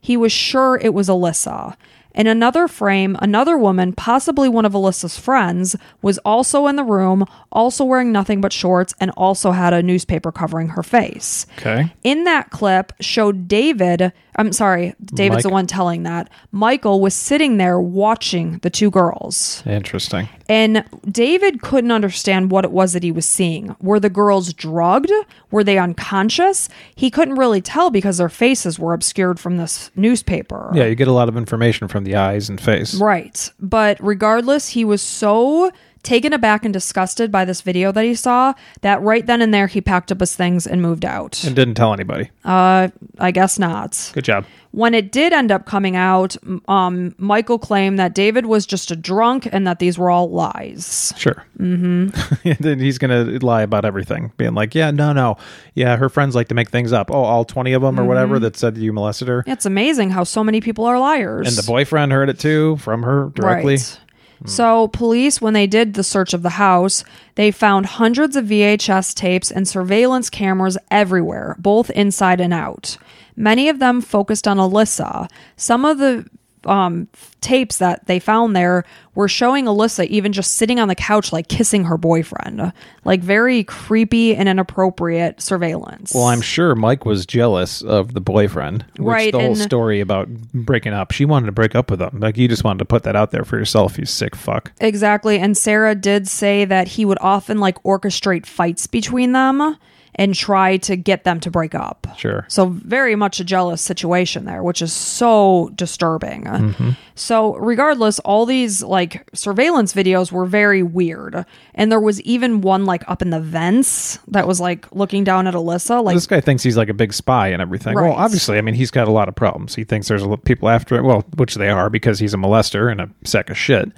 Speaker 1: He was sure it was Alyssa. In another frame, another woman, possibly one of Alyssa's friends, was also in the room, also wearing nothing but shorts, and also had a newspaper covering her face.
Speaker 2: Okay.
Speaker 1: In that clip, showed David, I'm sorry, David's the
Speaker 2: Mike-
Speaker 1: one telling that. Michael was sitting there watching the two girls.
Speaker 2: interesting.
Speaker 1: And David couldn't understand what it was that he was seeing. Were the girls drugged? Were they unconscious? He couldn't really tell because their faces were obscured from this newspaper.
Speaker 2: Yeah, you get a lot of information from the eyes and face.
Speaker 1: Right. But regardless, he was so taken aback and disgusted by this video that he saw that right then and there he packed up his things and moved out.
Speaker 2: And didn't tell anybody.
Speaker 1: Uh, I guess not.
Speaker 2: Good job.
Speaker 1: When it did end up coming out, m- um, Michael claimed that David was just a drunk and that these were all lies.
Speaker 2: Sure. Mm-hmm. then he's gonna lie about everything, being like, "Yeah, no, no, yeah, her friends like to make things up. Oh, all twenty of them or
Speaker 1: Mm-hmm.
Speaker 2: whatever that said you molested her,
Speaker 1: It's amazing how so many people are liars.
Speaker 2: and the boyfriend heard it too from her directly.
Speaker 1: Right. So, police, when they did the search of the house, they found hundreds of VHS tapes and surveillance cameras everywhere, both inside and out. Many of them focused on Alyssa. Some of the um, tapes that they found there were showing Alyssa even just sitting on the couch, like kissing her boyfriend, like very creepy and inappropriate surveillance.
Speaker 2: Well, I'm sure Mike was jealous of the boyfriend. Which
Speaker 1: Right,
Speaker 2: The whole
Speaker 1: and-
Speaker 2: story about breaking up. She wanted to break up with him. Like you just wanted to put that out there for yourself. You sick fuck.
Speaker 1: Exactly. And Sarah did say that he would often like orchestrate fights between them and try to get them to break up.
Speaker 2: Sure.
Speaker 1: So, very much a jealous situation there, which is so disturbing.
Speaker 2: Mm-hmm.
Speaker 1: So, regardless, all these like surveillance videos were very weird. And there was even one like up in the vents that was like looking down at Alyssa. Like,
Speaker 2: this guy thinks he's like a big spy and everything. Well,
Speaker 1: Right.
Speaker 2: obviously, I mean, he's got a lot of problems. He thinks there's a lot of people after him. Well, which they are because he's a molester and a sack of shit.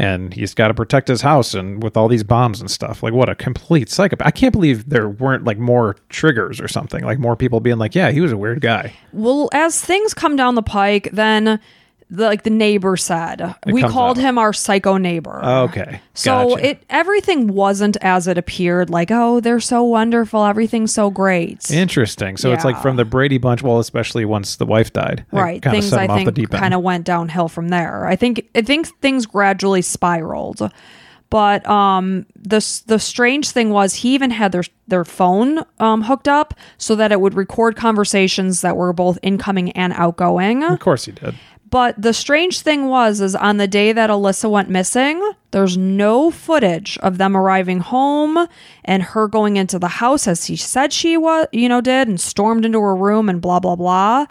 Speaker 2: And he's got to protect his house and with all these bombs and stuff. Like, what a complete psychopath. I can't believe there weren't like more triggers or something. Like, more people being like, yeah, he was a weird guy.
Speaker 1: well as things come down the pike, then. The, like the neighbor said, we
Speaker 2: comes Oh,
Speaker 1: called
Speaker 2: out.
Speaker 1: him our psycho neighbor.
Speaker 2: Okay.
Speaker 1: So
Speaker 2: Gotcha.
Speaker 1: it everything wasn't as it appeared. Like, oh, they're so wonderful, everything's so great.
Speaker 2: Interesting. So it's like
Speaker 1: Yeah.
Speaker 2: from the Brady Bunch. Well, especially once the wife died, It
Speaker 1: right,
Speaker 2: kinda
Speaker 1: things
Speaker 2: set
Speaker 1: I
Speaker 2: him off the
Speaker 1: think
Speaker 2: deep end.
Speaker 1: kind of went downhill from there. I think I think things gradually spiraled. But um, the s- the strange thing was he even had their their phone um, hooked up so that it would record conversations that were both incoming and outgoing.
Speaker 2: Of course he did.
Speaker 1: But the strange thing was is on the day that Alyssa went missing, there's no footage of them arriving home and her going into the house as she said she was, you know, did and stormed into her room and blah blah blah.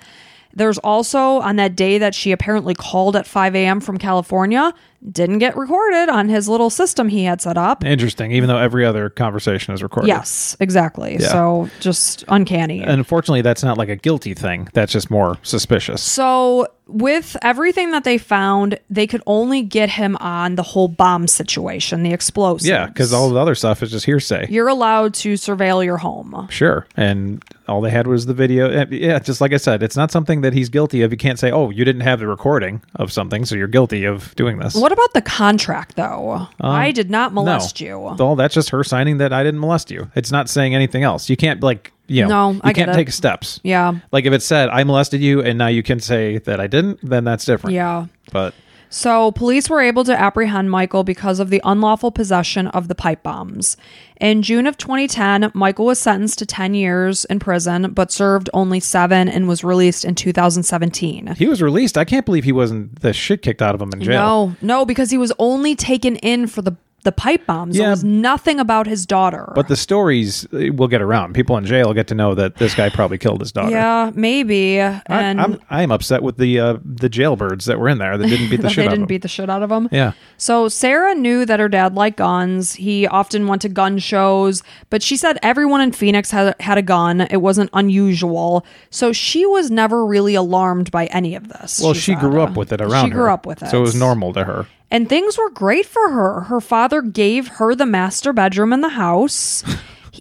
Speaker 1: There's also on that day that she apparently called at 5 a.m. from California, didn't get recorded on his little system he had set up.
Speaker 2: Interesting, even though every other conversation is recorded.
Speaker 1: Yes, exactly. So just uncanny.
Speaker 2: And unfortunately, that's not like a guilty thing. That's just more suspicious.
Speaker 1: So, with everything that they found, they could only get him on the whole bomb situation, the explosives.
Speaker 2: Yeah, because all the other stuff is just hearsay.
Speaker 1: you're allowed to surveil your home.
Speaker 2: Sure. And all they had was the video. Uh, Yeah, just like I said, it's not something that he's guilty of. You can't say, oh, you didn't have the recording of something, so you're guilty of doing this.
Speaker 1: What about the contract, though? I did not
Speaker 2: Um, No.
Speaker 1: molest you.
Speaker 2: Well, that's just her signing that I didn't molest you. It's not saying anything else. You can't, like, you know,
Speaker 1: No,
Speaker 2: you
Speaker 1: I get
Speaker 2: can't
Speaker 1: it.
Speaker 2: take steps.
Speaker 1: yeah.
Speaker 2: Like, if it said, I molested you, and now you can say that I didn't, then that's different.
Speaker 1: Yeah.
Speaker 2: But
Speaker 1: So, police were able to apprehend Michael because of the unlawful possession of the pipe bombs. In June of 2010, Michael was sentenced to 10 years in prison, but served only seven and was released in 2017.
Speaker 2: he was released. I can't believe he wasn't the shit kicked out of him in jail.
Speaker 1: No, no, because he was only taken in for the the pipe bombs. There
Speaker 2: Yeah.
Speaker 1: was nothing about his daughter.
Speaker 2: But the stories uh, will get around. People in jail get to know that this guy probably killed his daughter.
Speaker 1: yeah, maybe. And
Speaker 2: I, I'm I'm upset with the uh, the jailbirds that were in there that didn't beat the
Speaker 1: that
Speaker 2: shit
Speaker 1: they
Speaker 2: out
Speaker 1: didn't
Speaker 2: of them.
Speaker 1: beat the shit out of him.
Speaker 2: Yeah,
Speaker 1: So Sarah knew that her dad liked guns. He often went to gun shows, but she said everyone in Phoenix had had a gun. It wasn't unusual. So she was never really alarmed by any of this.
Speaker 2: well, she,
Speaker 1: said.
Speaker 2: grew up with it around.
Speaker 1: She grew
Speaker 2: her,
Speaker 1: up with it.
Speaker 2: so it was normal to her.
Speaker 1: And things were great for her. Her father gave her the master bedroom in the house.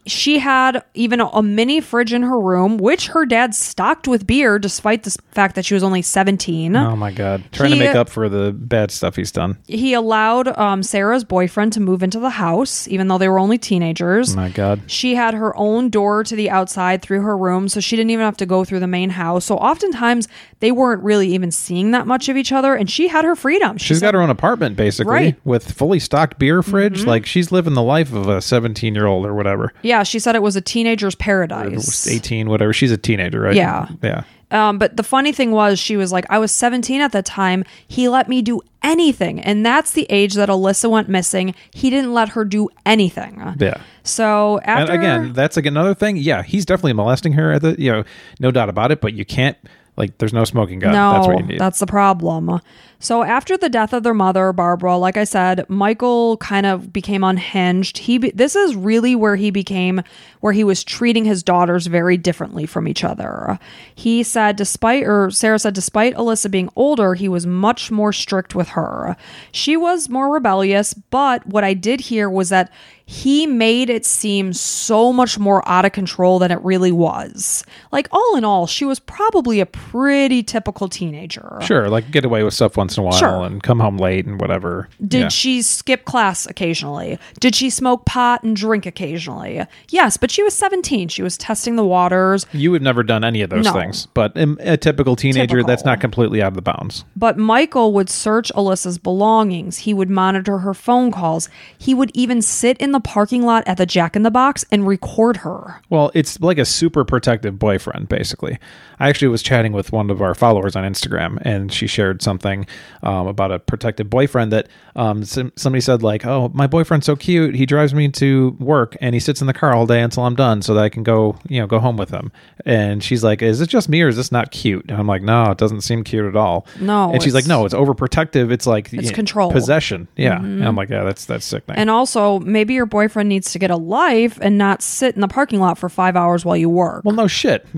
Speaker 1: she had even a mini fridge in her room, which her dad stocked with beer despite the s- fact that she was only 17.
Speaker 2: Oh my god, trying
Speaker 1: He- uh,
Speaker 2: to make up for the bad stuff he's done.
Speaker 1: He allowed um, Sarah's boyfriend to move into the house, even though they were only teenagers.
Speaker 2: My god,
Speaker 1: She had her own door to the outside through her room, so she didn't even have to go through the main house. So oftentimes they weren't really even seeing that much of each other, and she had her freedom. She
Speaker 2: she's got her own apartment basically
Speaker 1: Right. Mm-hmm.
Speaker 2: with fully stocked beer fridge. Like she's living the life of a seventeen year old or whatever,
Speaker 1: Yeah, she said it was a teenager's paradise.
Speaker 2: eighteen, whatever. She's a teenager, right?
Speaker 1: Yeah.
Speaker 2: yeah.
Speaker 1: Um, but the funny thing was, she was like, I was 17 at the time. He let me do anything. And that's the age that Alyssa went missing. He didn't let her do anything.
Speaker 2: Yeah.
Speaker 1: So
Speaker 2: And
Speaker 1: after.
Speaker 2: again, that's like another thing. Yeah, he's definitely molesting her at the you know, no doubt about it. But you can't like, there's no smoking gun.
Speaker 1: no,
Speaker 2: that's what you need.
Speaker 1: that's the problem. So after the death of their mother, Barbara, like I said, Michael kind of became unhinged. He be- this is really where he became where he was treating his daughters very differently from each other. He said, despite or Sarah said, despite Alyssa being older, he was much more strict with her. She was more rebellious, but what I did hear was that he made it seem so much more out of control than it really was. Like, all in all, she was probably a pretty typical teenager.
Speaker 2: Sure, like get away with stuff once in a while
Speaker 1: Sure.
Speaker 2: and come home late and whatever.
Speaker 1: Did
Speaker 2: Yeah.
Speaker 1: she skip class occasionally? Did she smoke pot and drink occasionally? Yes, but she was 17. She was testing the waters.
Speaker 2: You have never done any of those
Speaker 1: No.
Speaker 2: things, but um, a typical teenager, that's
Speaker 1: Typical.
Speaker 2: not completely out of the bounds.
Speaker 1: But Michael would search Alyssa's belongings. He would monitor her phone calls. He would even sit in the parking lot at the Jack in the Box and record her.
Speaker 2: Well, it's like a super protective boyfriend, basically. I actually was chatting with one of our followers on Instagram, and she shared something um, about a protective boyfriend that um, some, somebody said, like, "Oh, my boyfriend's so cute. He drives me to work, and he sits in the car all day until I'm done, so that I can go, you know, go home with him." And she's like, "Is it just me, or is this not cute?" And I'm like, "No, it doesn't seem cute at all."
Speaker 1: No,
Speaker 2: and she's
Speaker 1: it's-
Speaker 2: like, "No, it's overprotective. It's like it's
Speaker 1: control. Mm-hmm.
Speaker 2: possession." Yeah, and I'm like, "Yeah, that's that's sickening."
Speaker 1: And also, maybe your boyfriend needs to get a life and not sit in the parking lot for five hours while you work.
Speaker 2: well, no shit.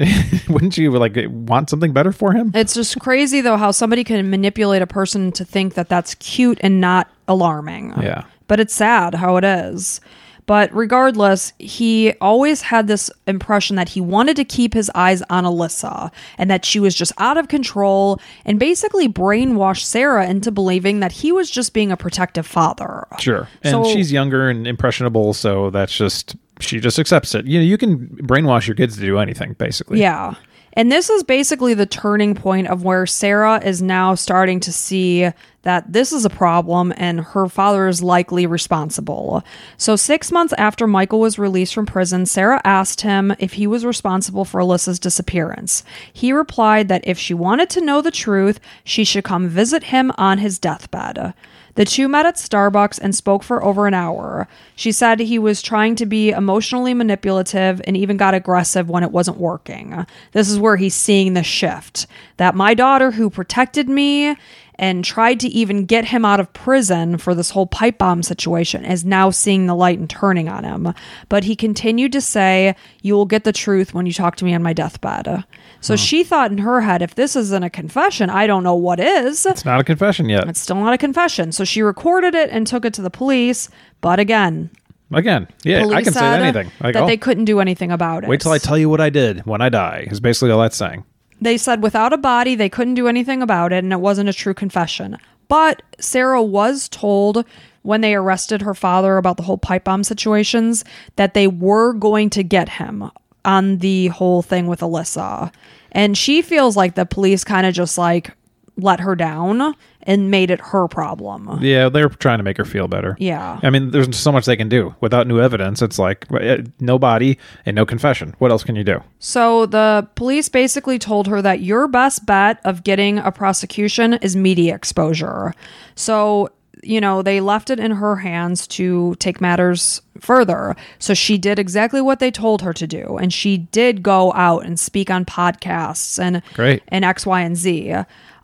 Speaker 2: Wouldn't you like want something better for him?
Speaker 1: It's just crazy, though, how somebody can manipulate a person to think that that's cute and not alarming.
Speaker 2: Yeah.
Speaker 1: But it's sad how it is. But regardless, he always had this impression that he wanted to keep his eyes on Alyssa and that she was just out of control and basically brainwashed Sarah into believing that he was just being a protective father.
Speaker 2: Sure. And
Speaker 1: So-
Speaker 2: she's younger and impressionable, so that's just she just accepts it. You know, you can brainwash your kids to do anything, basically.
Speaker 1: Yeah. And this is basically the turning point of where Sarah is now starting to see that this is a problem and her father is likely responsible. So, six months after Michael was released from prison, Sarah asked him if he was responsible for Alyssa's disappearance. He replied that if she wanted to know the truth, she should come visit him on his deathbed. The two met at Starbucks and spoke for over an hour. She said he was trying to be emotionally manipulative and even got aggressive when it wasn't working. This is where he's seeing the shift that my daughter, who protected me and tried to even get him out of prison for this whole pipe bomb situation, is now seeing the light and turning on him. But he continued to say, You will get the truth when you talk to me on my deathbed. So she thought in her head, if this isn't a confession, I don't know what is.
Speaker 2: It's not a confession yet.
Speaker 1: It's still not a confession. So she recorded it and took it to the police. But again,
Speaker 2: Again, yeah,
Speaker 1: police
Speaker 2: I can say
Speaker 1: said
Speaker 2: anything. Like,
Speaker 1: that
Speaker 2: oh,
Speaker 1: they couldn't do anything about it.
Speaker 2: wait till I tell you what I did when I die is basically all that's saying.
Speaker 1: they said without a body, they couldn't do anything about it, and it wasn't a true confession. But Sarah was told when they arrested her father about the whole pipe bomb situations that they were going to get him on the whole thing with Alyssa. And she feels like the police kind of just like let her down and made it her problem.
Speaker 2: Yeah, they're trying to make her feel better.
Speaker 1: Yeah.
Speaker 2: I mean, there's so much they can do without new evidence. It's like eh, no body and no confession. What else can you do?
Speaker 1: So the police basically told her that your best bet of getting a prosecution is media exposure. So, you know, they left it in her hands to take matters further. So she did exactly what they told her to do and she did go out and speak on podcasts and
Speaker 2: Great.
Speaker 1: and X, Y, and Z.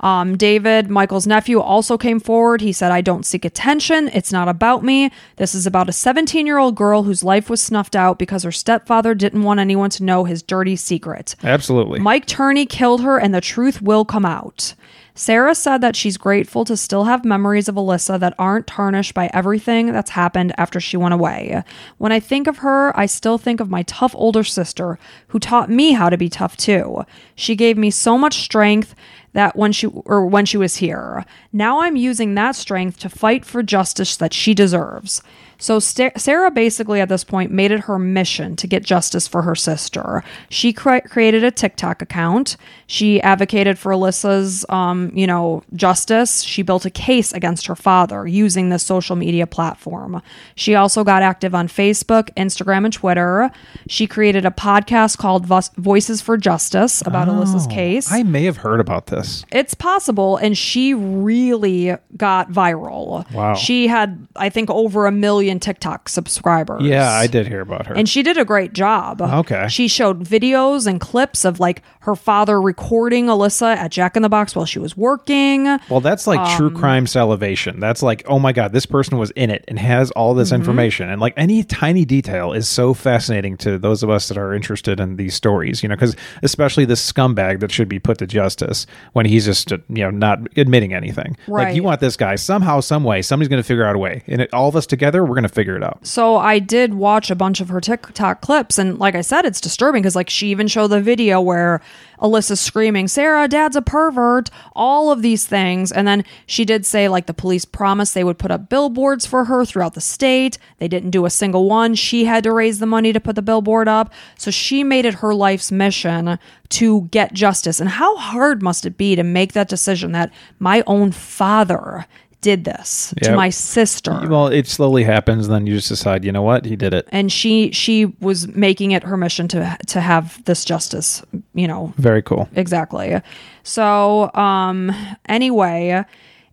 Speaker 1: Um, David, Michael's nephew, also came forward. He said, I don't seek attention. It's not about me. This is about a 17 year old girl whose life was snuffed out because her stepfather didn't want anyone to know his dirty secret.
Speaker 2: Absolutely.
Speaker 1: Mike Turney killed her, and the truth will come out. Sarah said that she's grateful to still have memories of Alyssa that aren't tarnished by everything that's happened after she went away. When I think of her, I still think of my tough older sister who taught me how to be tough too. She gave me so much strength that when she or when she was here. Now I'm using that strength to fight for justice that she deserves. So Sta- Sarah basically at this point made it her mission to get justice for her sister. She cre- created a TikTok account. She advocated for Alyssa's, um, you know, justice. She built a case against her father using this social media platform. She also got active on Facebook, Instagram, and Twitter. She created a podcast called Vo- Voices for Justice about Alyssa's case.
Speaker 2: I may have heard about this.
Speaker 1: It's possible. And she really got viral.
Speaker 2: Wow.
Speaker 1: She had, I think, over a million TikTok subscribers.
Speaker 2: Yeah, I did hear about her.
Speaker 1: And she did a great job.
Speaker 2: Okay.
Speaker 1: She showed videos and clips of like her father recording Alyssa at Jack in the Box while she was working.
Speaker 2: well, that's like true crime salivation. That's like, oh my God, this person was in it and has all this information. And like any tiny detail is so fascinating to those of us that are interested in these stories, you know, because especially this scumbag that should be put to justice when he's just, uh, you know, not admitting anything. Like, you
Speaker 1: Right.
Speaker 2: want this guy somehow, some way, somebody's going to figure out a way. And it, all of us together, we're going to figure it out.
Speaker 1: So I did watch a bunch of her TikTok clips, and like I said, it's disturbing because like she even showed the video where Alyssa's screaming, "Sarah, Dad's a pervert," all of these things, and then she did say like the police promised they would put up billboards for her throughout the state. They didn't do a single one. She had to raise the money to put the billboard up, so she made it her life's mission to get justice. And how hard must it be to make that decision that my own father did this
Speaker 2: Yeah.
Speaker 1: to my sister?
Speaker 2: Well, it slowly happens. Then you just decide, you know what? He did it.
Speaker 1: and she she was making it her mission to to have this justice you know
Speaker 2: Very cool.
Speaker 1: exactly so um anyway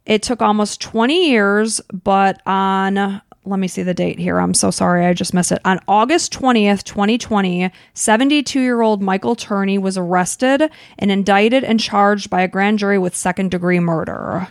Speaker 1: it took almost 20 years but on let me see the date here i'm so sorry i just missed it on august 20th 2020 72 year old michael turney was arrested and indicted and charged by a grand jury with second degree murder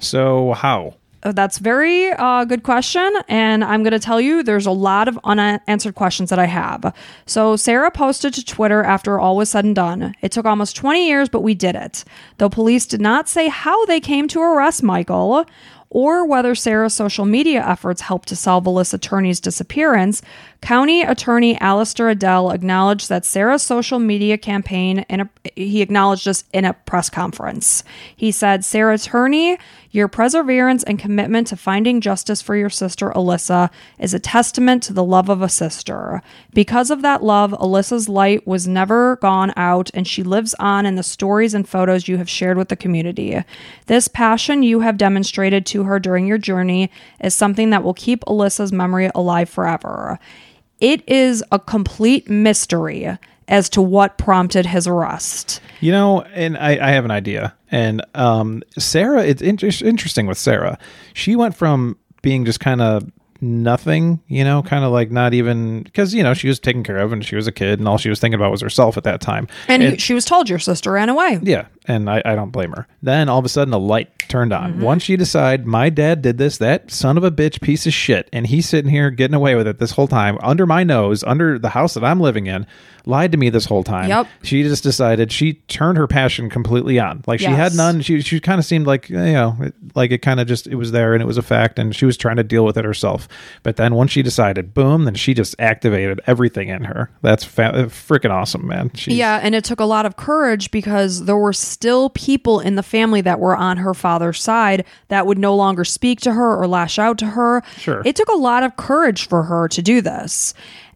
Speaker 2: So, how?
Speaker 1: Oh, That's very uh, good question, and I'm going to tell you there's a lot of unanswered questions that I have. So Sarah posted to Twitter after all was said and done. It took almost 20 years, but we did it. Though police did not say how they came to arrest Michael or whether Sarah's social media efforts helped to solve Alyssa Turney's disappearance, County Attorney Alistair Adele acknowledged that Sarah's social media campaign, in a, he acknowledged this in a press conference. He said, Sarah Turney, your perseverance and commitment to finding justice for your sister Alyssa is a testament to the love of a sister. Because of that love, Alyssa's light was never gone out and she lives on in the stories and photos you have shared with the community. This passion you have demonstrated to her during your journey is something that will keep Alyssa's memory alive forever. It is a complete mystery as to what prompted his arrest.
Speaker 2: You know, and I, I have an idea. And um, Sarah, it's inter- interesting with Sarah. She went from being just kind of nothing, you know, kind of like not even because you know she was taken care of and she was a kid and all she was thinking about was herself at that time.
Speaker 1: And, he- she was told your sister ran away.
Speaker 2: Yeah, and I, I don't blame her. Then all of a sudden, a light turned on.
Speaker 1: Mm-hmm.
Speaker 2: Once you decide, my dad did this, that son of a bitch piece of shit, and he's sitting here getting away with it this whole time under my nose, under the house that I'm living in, lied to me this whole time.
Speaker 1: Yep.
Speaker 2: She just decided she turned her passion completely on. Like she had
Speaker 1: Yes.
Speaker 2: none. She she kind of seemed like you know, it- like it kind of just it was there and it was a fact, and she was trying to deal with it herself. But then once she decided, boom, then she just activated everything in her. That's fa- freaking awesome, man. She's,
Speaker 1: Yeah, and it took a lot of courage because there were still people in the family that were on her father's side that would no longer speak to her or lash out to her.
Speaker 2: Sure.
Speaker 1: It took a lot of courage for her to do this.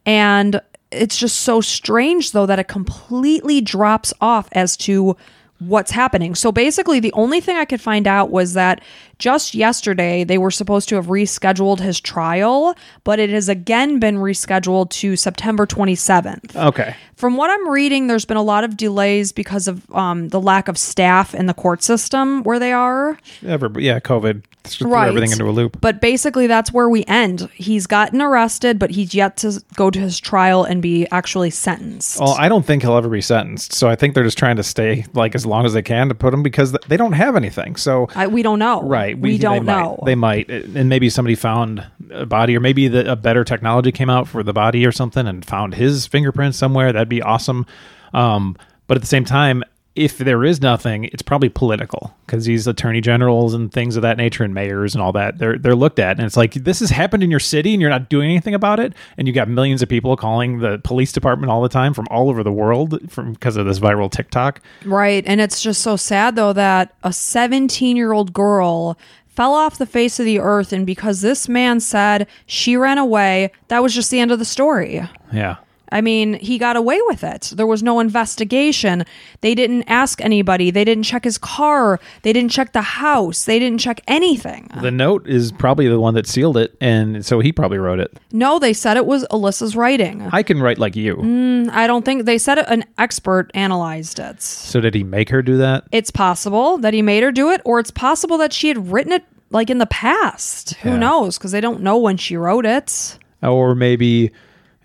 Speaker 1: And it's just so strange, though, that it completely drops off as to what's happening. So basically, the only thing I could find out was that just yesterday they were supposed to have rescheduled his trial, but it has again been rescheduled to September 27th
Speaker 2: Okay.
Speaker 1: from what I'm reading, there's been a lot of delays because of um, the lack of staff in the court system where they are.
Speaker 2: ever but yeah covid just threw
Speaker 1: Right.
Speaker 2: everything into a loop
Speaker 1: But basically, that's where we end. He's gotten arrested, but he's yet to go to his trial and be actually sentenced.
Speaker 2: well i don't think he'll ever be sentenced so i think they're just trying to stay like as long as they can to put him because th- they don't have anything so
Speaker 1: I, we don't know.
Speaker 2: right
Speaker 1: We,
Speaker 2: they
Speaker 1: don't
Speaker 2: might.
Speaker 1: know.
Speaker 2: they might and maybe somebody found a body or maybe the, a better technology came out for the body or something and found his fingerprints somewhere that'd be awesome um, but at the same time if there is nothing it's probably political because these attorney generals and things of that nature and mayors and all that they're they're looked at and it's like this has happened in your city and you're not doing anything about it and you got millions of people calling the police department all the time from all over the world from because of this viral tiktok
Speaker 1: Right. And it's just so sad, though, that a 17 year old girl fell off the face of the earth. And because this man said she ran away, that was just the end of the story.
Speaker 2: yeah
Speaker 1: I mean, he got away with it. There was no investigation. They didn't ask anybody. They didn't check his car. They didn't check the house. They didn't check anything.
Speaker 2: the note is probably the one that sealed it and so he probably wrote it
Speaker 1: No, they said it was Alyssa's writing.
Speaker 2: I can write like you.
Speaker 1: I don't think they said an expert analyzed it.
Speaker 2: So did he make her do that?
Speaker 1: It's possible that he made her do it, or it's possible that she had written it like in the past. Who
Speaker 2: Yeah.
Speaker 1: knows? Because they don't know when she wrote it.
Speaker 2: Or maybe,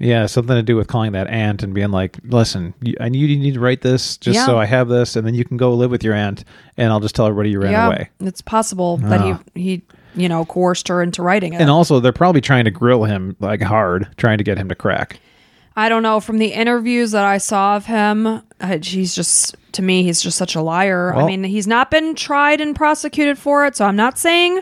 Speaker 2: yeah, something to do with calling that aunt and being like, listen, you, I need, you need to write this just
Speaker 1: Yeah.
Speaker 2: so I have this, and then you can go live with your aunt, and I'll just tell everybody you ran
Speaker 1: yeah,
Speaker 2: away. Ah.
Speaker 1: it's possible that he he you know coerced her into writing it.
Speaker 2: And also, they're probably trying to grill him like hard, trying to get him to crack.
Speaker 1: I don't know. From the interviews that I saw of him, uh, he's just to me, he's just such a liar. I
Speaker 2: Well-
Speaker 1: mean, he's not been tried and prosecuted for it, so I'm not saying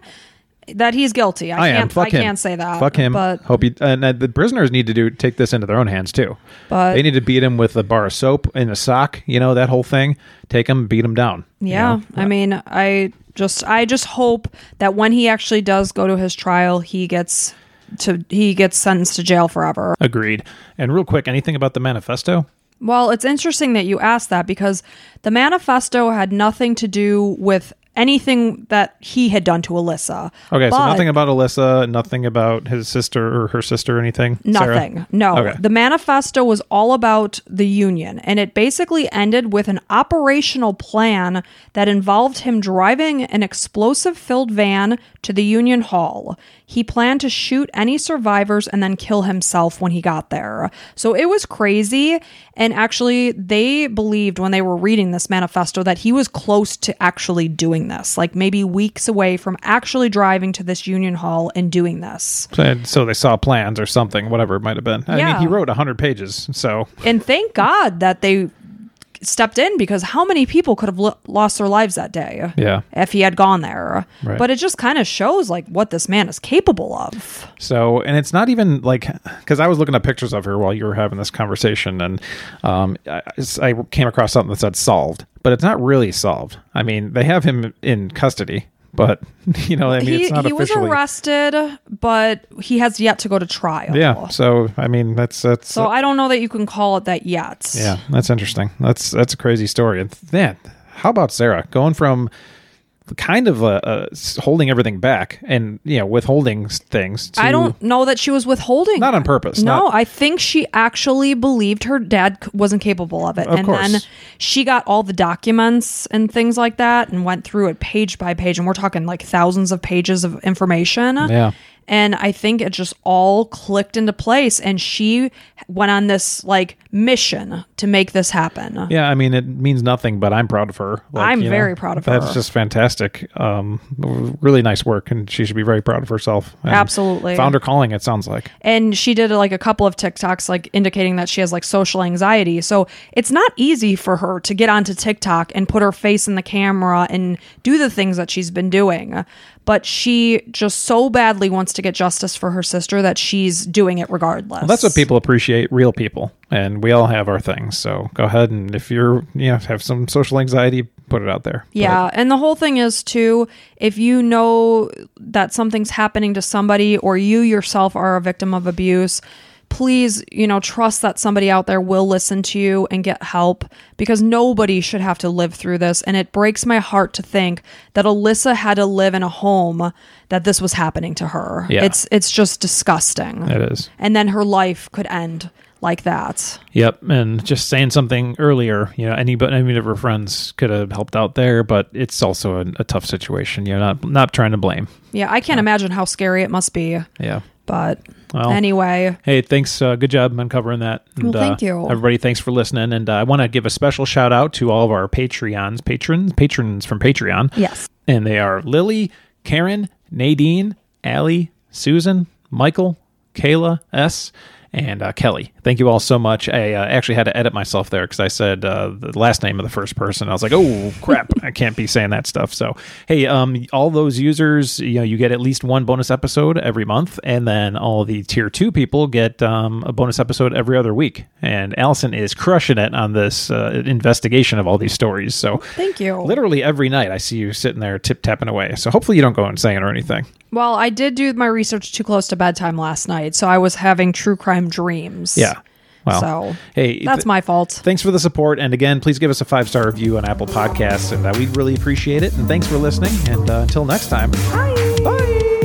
Speaker 1: that he's guilty. I,
Speaker 2: I, am.
Speaker 1: can't.
Speaker 2: Fuck
Speaker 1: I
Speaker 2: him.
Speaker 1: can't say that.
Speaker 2: Fuck him.
Speaker 1: But
Speaker 2: Hope he, and uh, the prisoners need to do take this into their own hands too.
Speaker 1: But-
Speaker 2: they need to beat him with a bar of soap and a sock. You know that whole thing. Take him, beat him down. you
Speaker 1: yeah,
Speaker 2: know?
Speaker 1: I mean, I just, I just hope that when he actually does go to his trial, he gets to he gets sentenced to jail forever.
Speaker 2: Agreed. And real quick, anything about the manifesto?
Speaker 1: Well, it's interesting that you asked that because the manifesto had nothing to do with anything that he had done to Alyssa.
Speaker 2: Okay, so
Speaker 1: But-
Speaker 2: nothing about Alyssa, nothing about his sister or her sister or anything? Sarah?
Speaker 1: Nothing. No.
Speaker 2: Okay.
Speaker 1: The manifesto was all about the union, and it basically ended with an operational plan that involved him driving an explosive filled van to the Union Hall. He planned to shoot any survivors and then kill himself when he got there. So it was crazy. And actually, they believed when they were reading this manifesto that he was close to actually doing this, like maybe weeks away from actually driving to this Union Hall and doing this.
Speaker 2: So- So they saw plans or something, whatever it might have been. I
Speaker 1: Yeah.
Speaker 2: mean, he wrote 100 pages, so
Speaker 1: and thank God that they stepped in because how many people could have lo- lost their lives that day
Speaker 2: Yeah.
Speaker 1: if he had gone there?
Speaker 2: Right.
Speaker 1: But it just kind of shows like what this man is capable of.
Speaker 2: So, and it's not even like because I was looking at pictures of her while you were having this conversation, and um, I, I came across something that said solved, but it's not really solved. I mean, they have him in custody, but you know, I mean,
Speaker 1: he
Speaker 2: it's not
Speaker 1: he was
Speaker 2: officially.
Speaker 1: arrested, but he has yet to go to trial.
Speaker 2: yeah. So, I mean, that's that's
Speaker 1: So I don't know that you can call it that yet.
Speaker 2: yeah, that's interesting. That's that's a crazy story. And then, how about Sarah going from kind of uh, uh, s- holding everything back and you know withholding s- things? To,
Speaker 1: I don't know that she was withholding.
Speaker 2: Not on
Speaker 1: it.
Speaker 2: purpose,
Speaker 1: No,
Speaker 2: not-
Speaker 1: I think she actually believed her dad c- wasn't capable of it.
Speaker 2: Of
Speaker 1: and
Speaker 2: course.
Speaker 1: then she got all the documents and things like that and went through it page by page. And we're talking like thousands of pages of information.
Speaker 2: Yeah.
Speaker 1: And I think it just all clicked into place. And she went on this like mission to make this happen.
Speaker 2: Yeah, I mean, it means nothing, but I'm proud of her. Like,
Speaker 1: I'm
Speaker 2: you
Speaker 1: very proud of
Speaker 2: That's
Speaker 1: her.
Speaker 2: just fantastic. Um, really nice work, and she should be very proud of herself. And
Speaker 1: Absolutely.
Speaker 2: Found her calling, it sounds like.
Speaker 1: and she did like a couple of TikToks like indicating that she has like social anxiety. So it's not easy for her to get onto TikTok and put her face in the camera and do the things that she's been doing. But she just so badly wants to get justice for her sister that she's doing it regardless.
Speaker 2: That's what people appreciate real people, and we all have our things. So go ahead, and if you're, you know, have some social anxiety, put it out there. But-
Speaker 1: Yeah, and the whole thing is too if you know that something's happening to somebody or you yourself are a victim of abuse, please, you know, trust that somebody out there will listen to you and get help because nobody should have to live through this and it breaks my heart to think that Alyssa had to live in a home that this was happening to her.
Speaker 2: Yeah.
Speaker 1: It's it's just disgusting.
Speaker 2: it is.
Speaker 1: And then her life could end like that.
Speaker 2: Yep, and just saying something earlier, you know, anybody, any of her friends could have helped out there, but it's also a, a tough situation. You know, not not trying to blame.
Speaker 1: Yeah, I can't imagine how scary it must be,
Speaker 2: Yeah.
Speaker 1: but
Speaker 2: Well,
Speaker 1: anyway,
Speaker 2: Hey, thanks. Uh, good job uncovering that. And,
Speaker 1: Well, thank
Speaker 2: uh,
Speaker 1: you.
Speaker 2: Everybody, thanks for listening. And uh, I want to give a special shout out to all of our Patreons, patrons, patrons from Patreon.
Speaker 1: yes.
Speaker 2: And they are Lily, Karen, Nadine, Allie, Susan, Michael, Kayla, S., and uh, Kelly. Thank you all so much. I uh, actually had to edit myself there because I said uh, the last name of the first person. I was like, oh, crap. I can't be saying that stuff. So, hey, um, all those users, you know, you get at least one bonus episode every month. And then all the tier two people get um, a bonus episode every other week. And Allison is crushing it on this uh, investigation of all these stories. So,
Speaker 1: Thank you.
Speaker 2: literally every night I see you sitting there tip tapping away. So hopefully you don't go insane or anything.
Speaker 1: Well, I did do my research too close to bedtime last night, so I was having true crime dreams.
Speaker 2: Yeah. Well,
Speaker 1: so
Speaker 2: hey,
Speaker 1: that's
Speaker 2: th-
Speaker 1: my fault.
Speaker 2: thanks for the support. And again, please give us a five star review on Apple Podcasts, and uh, we'd really appreciate it. And thanks for listening. And uh, until next time, bye.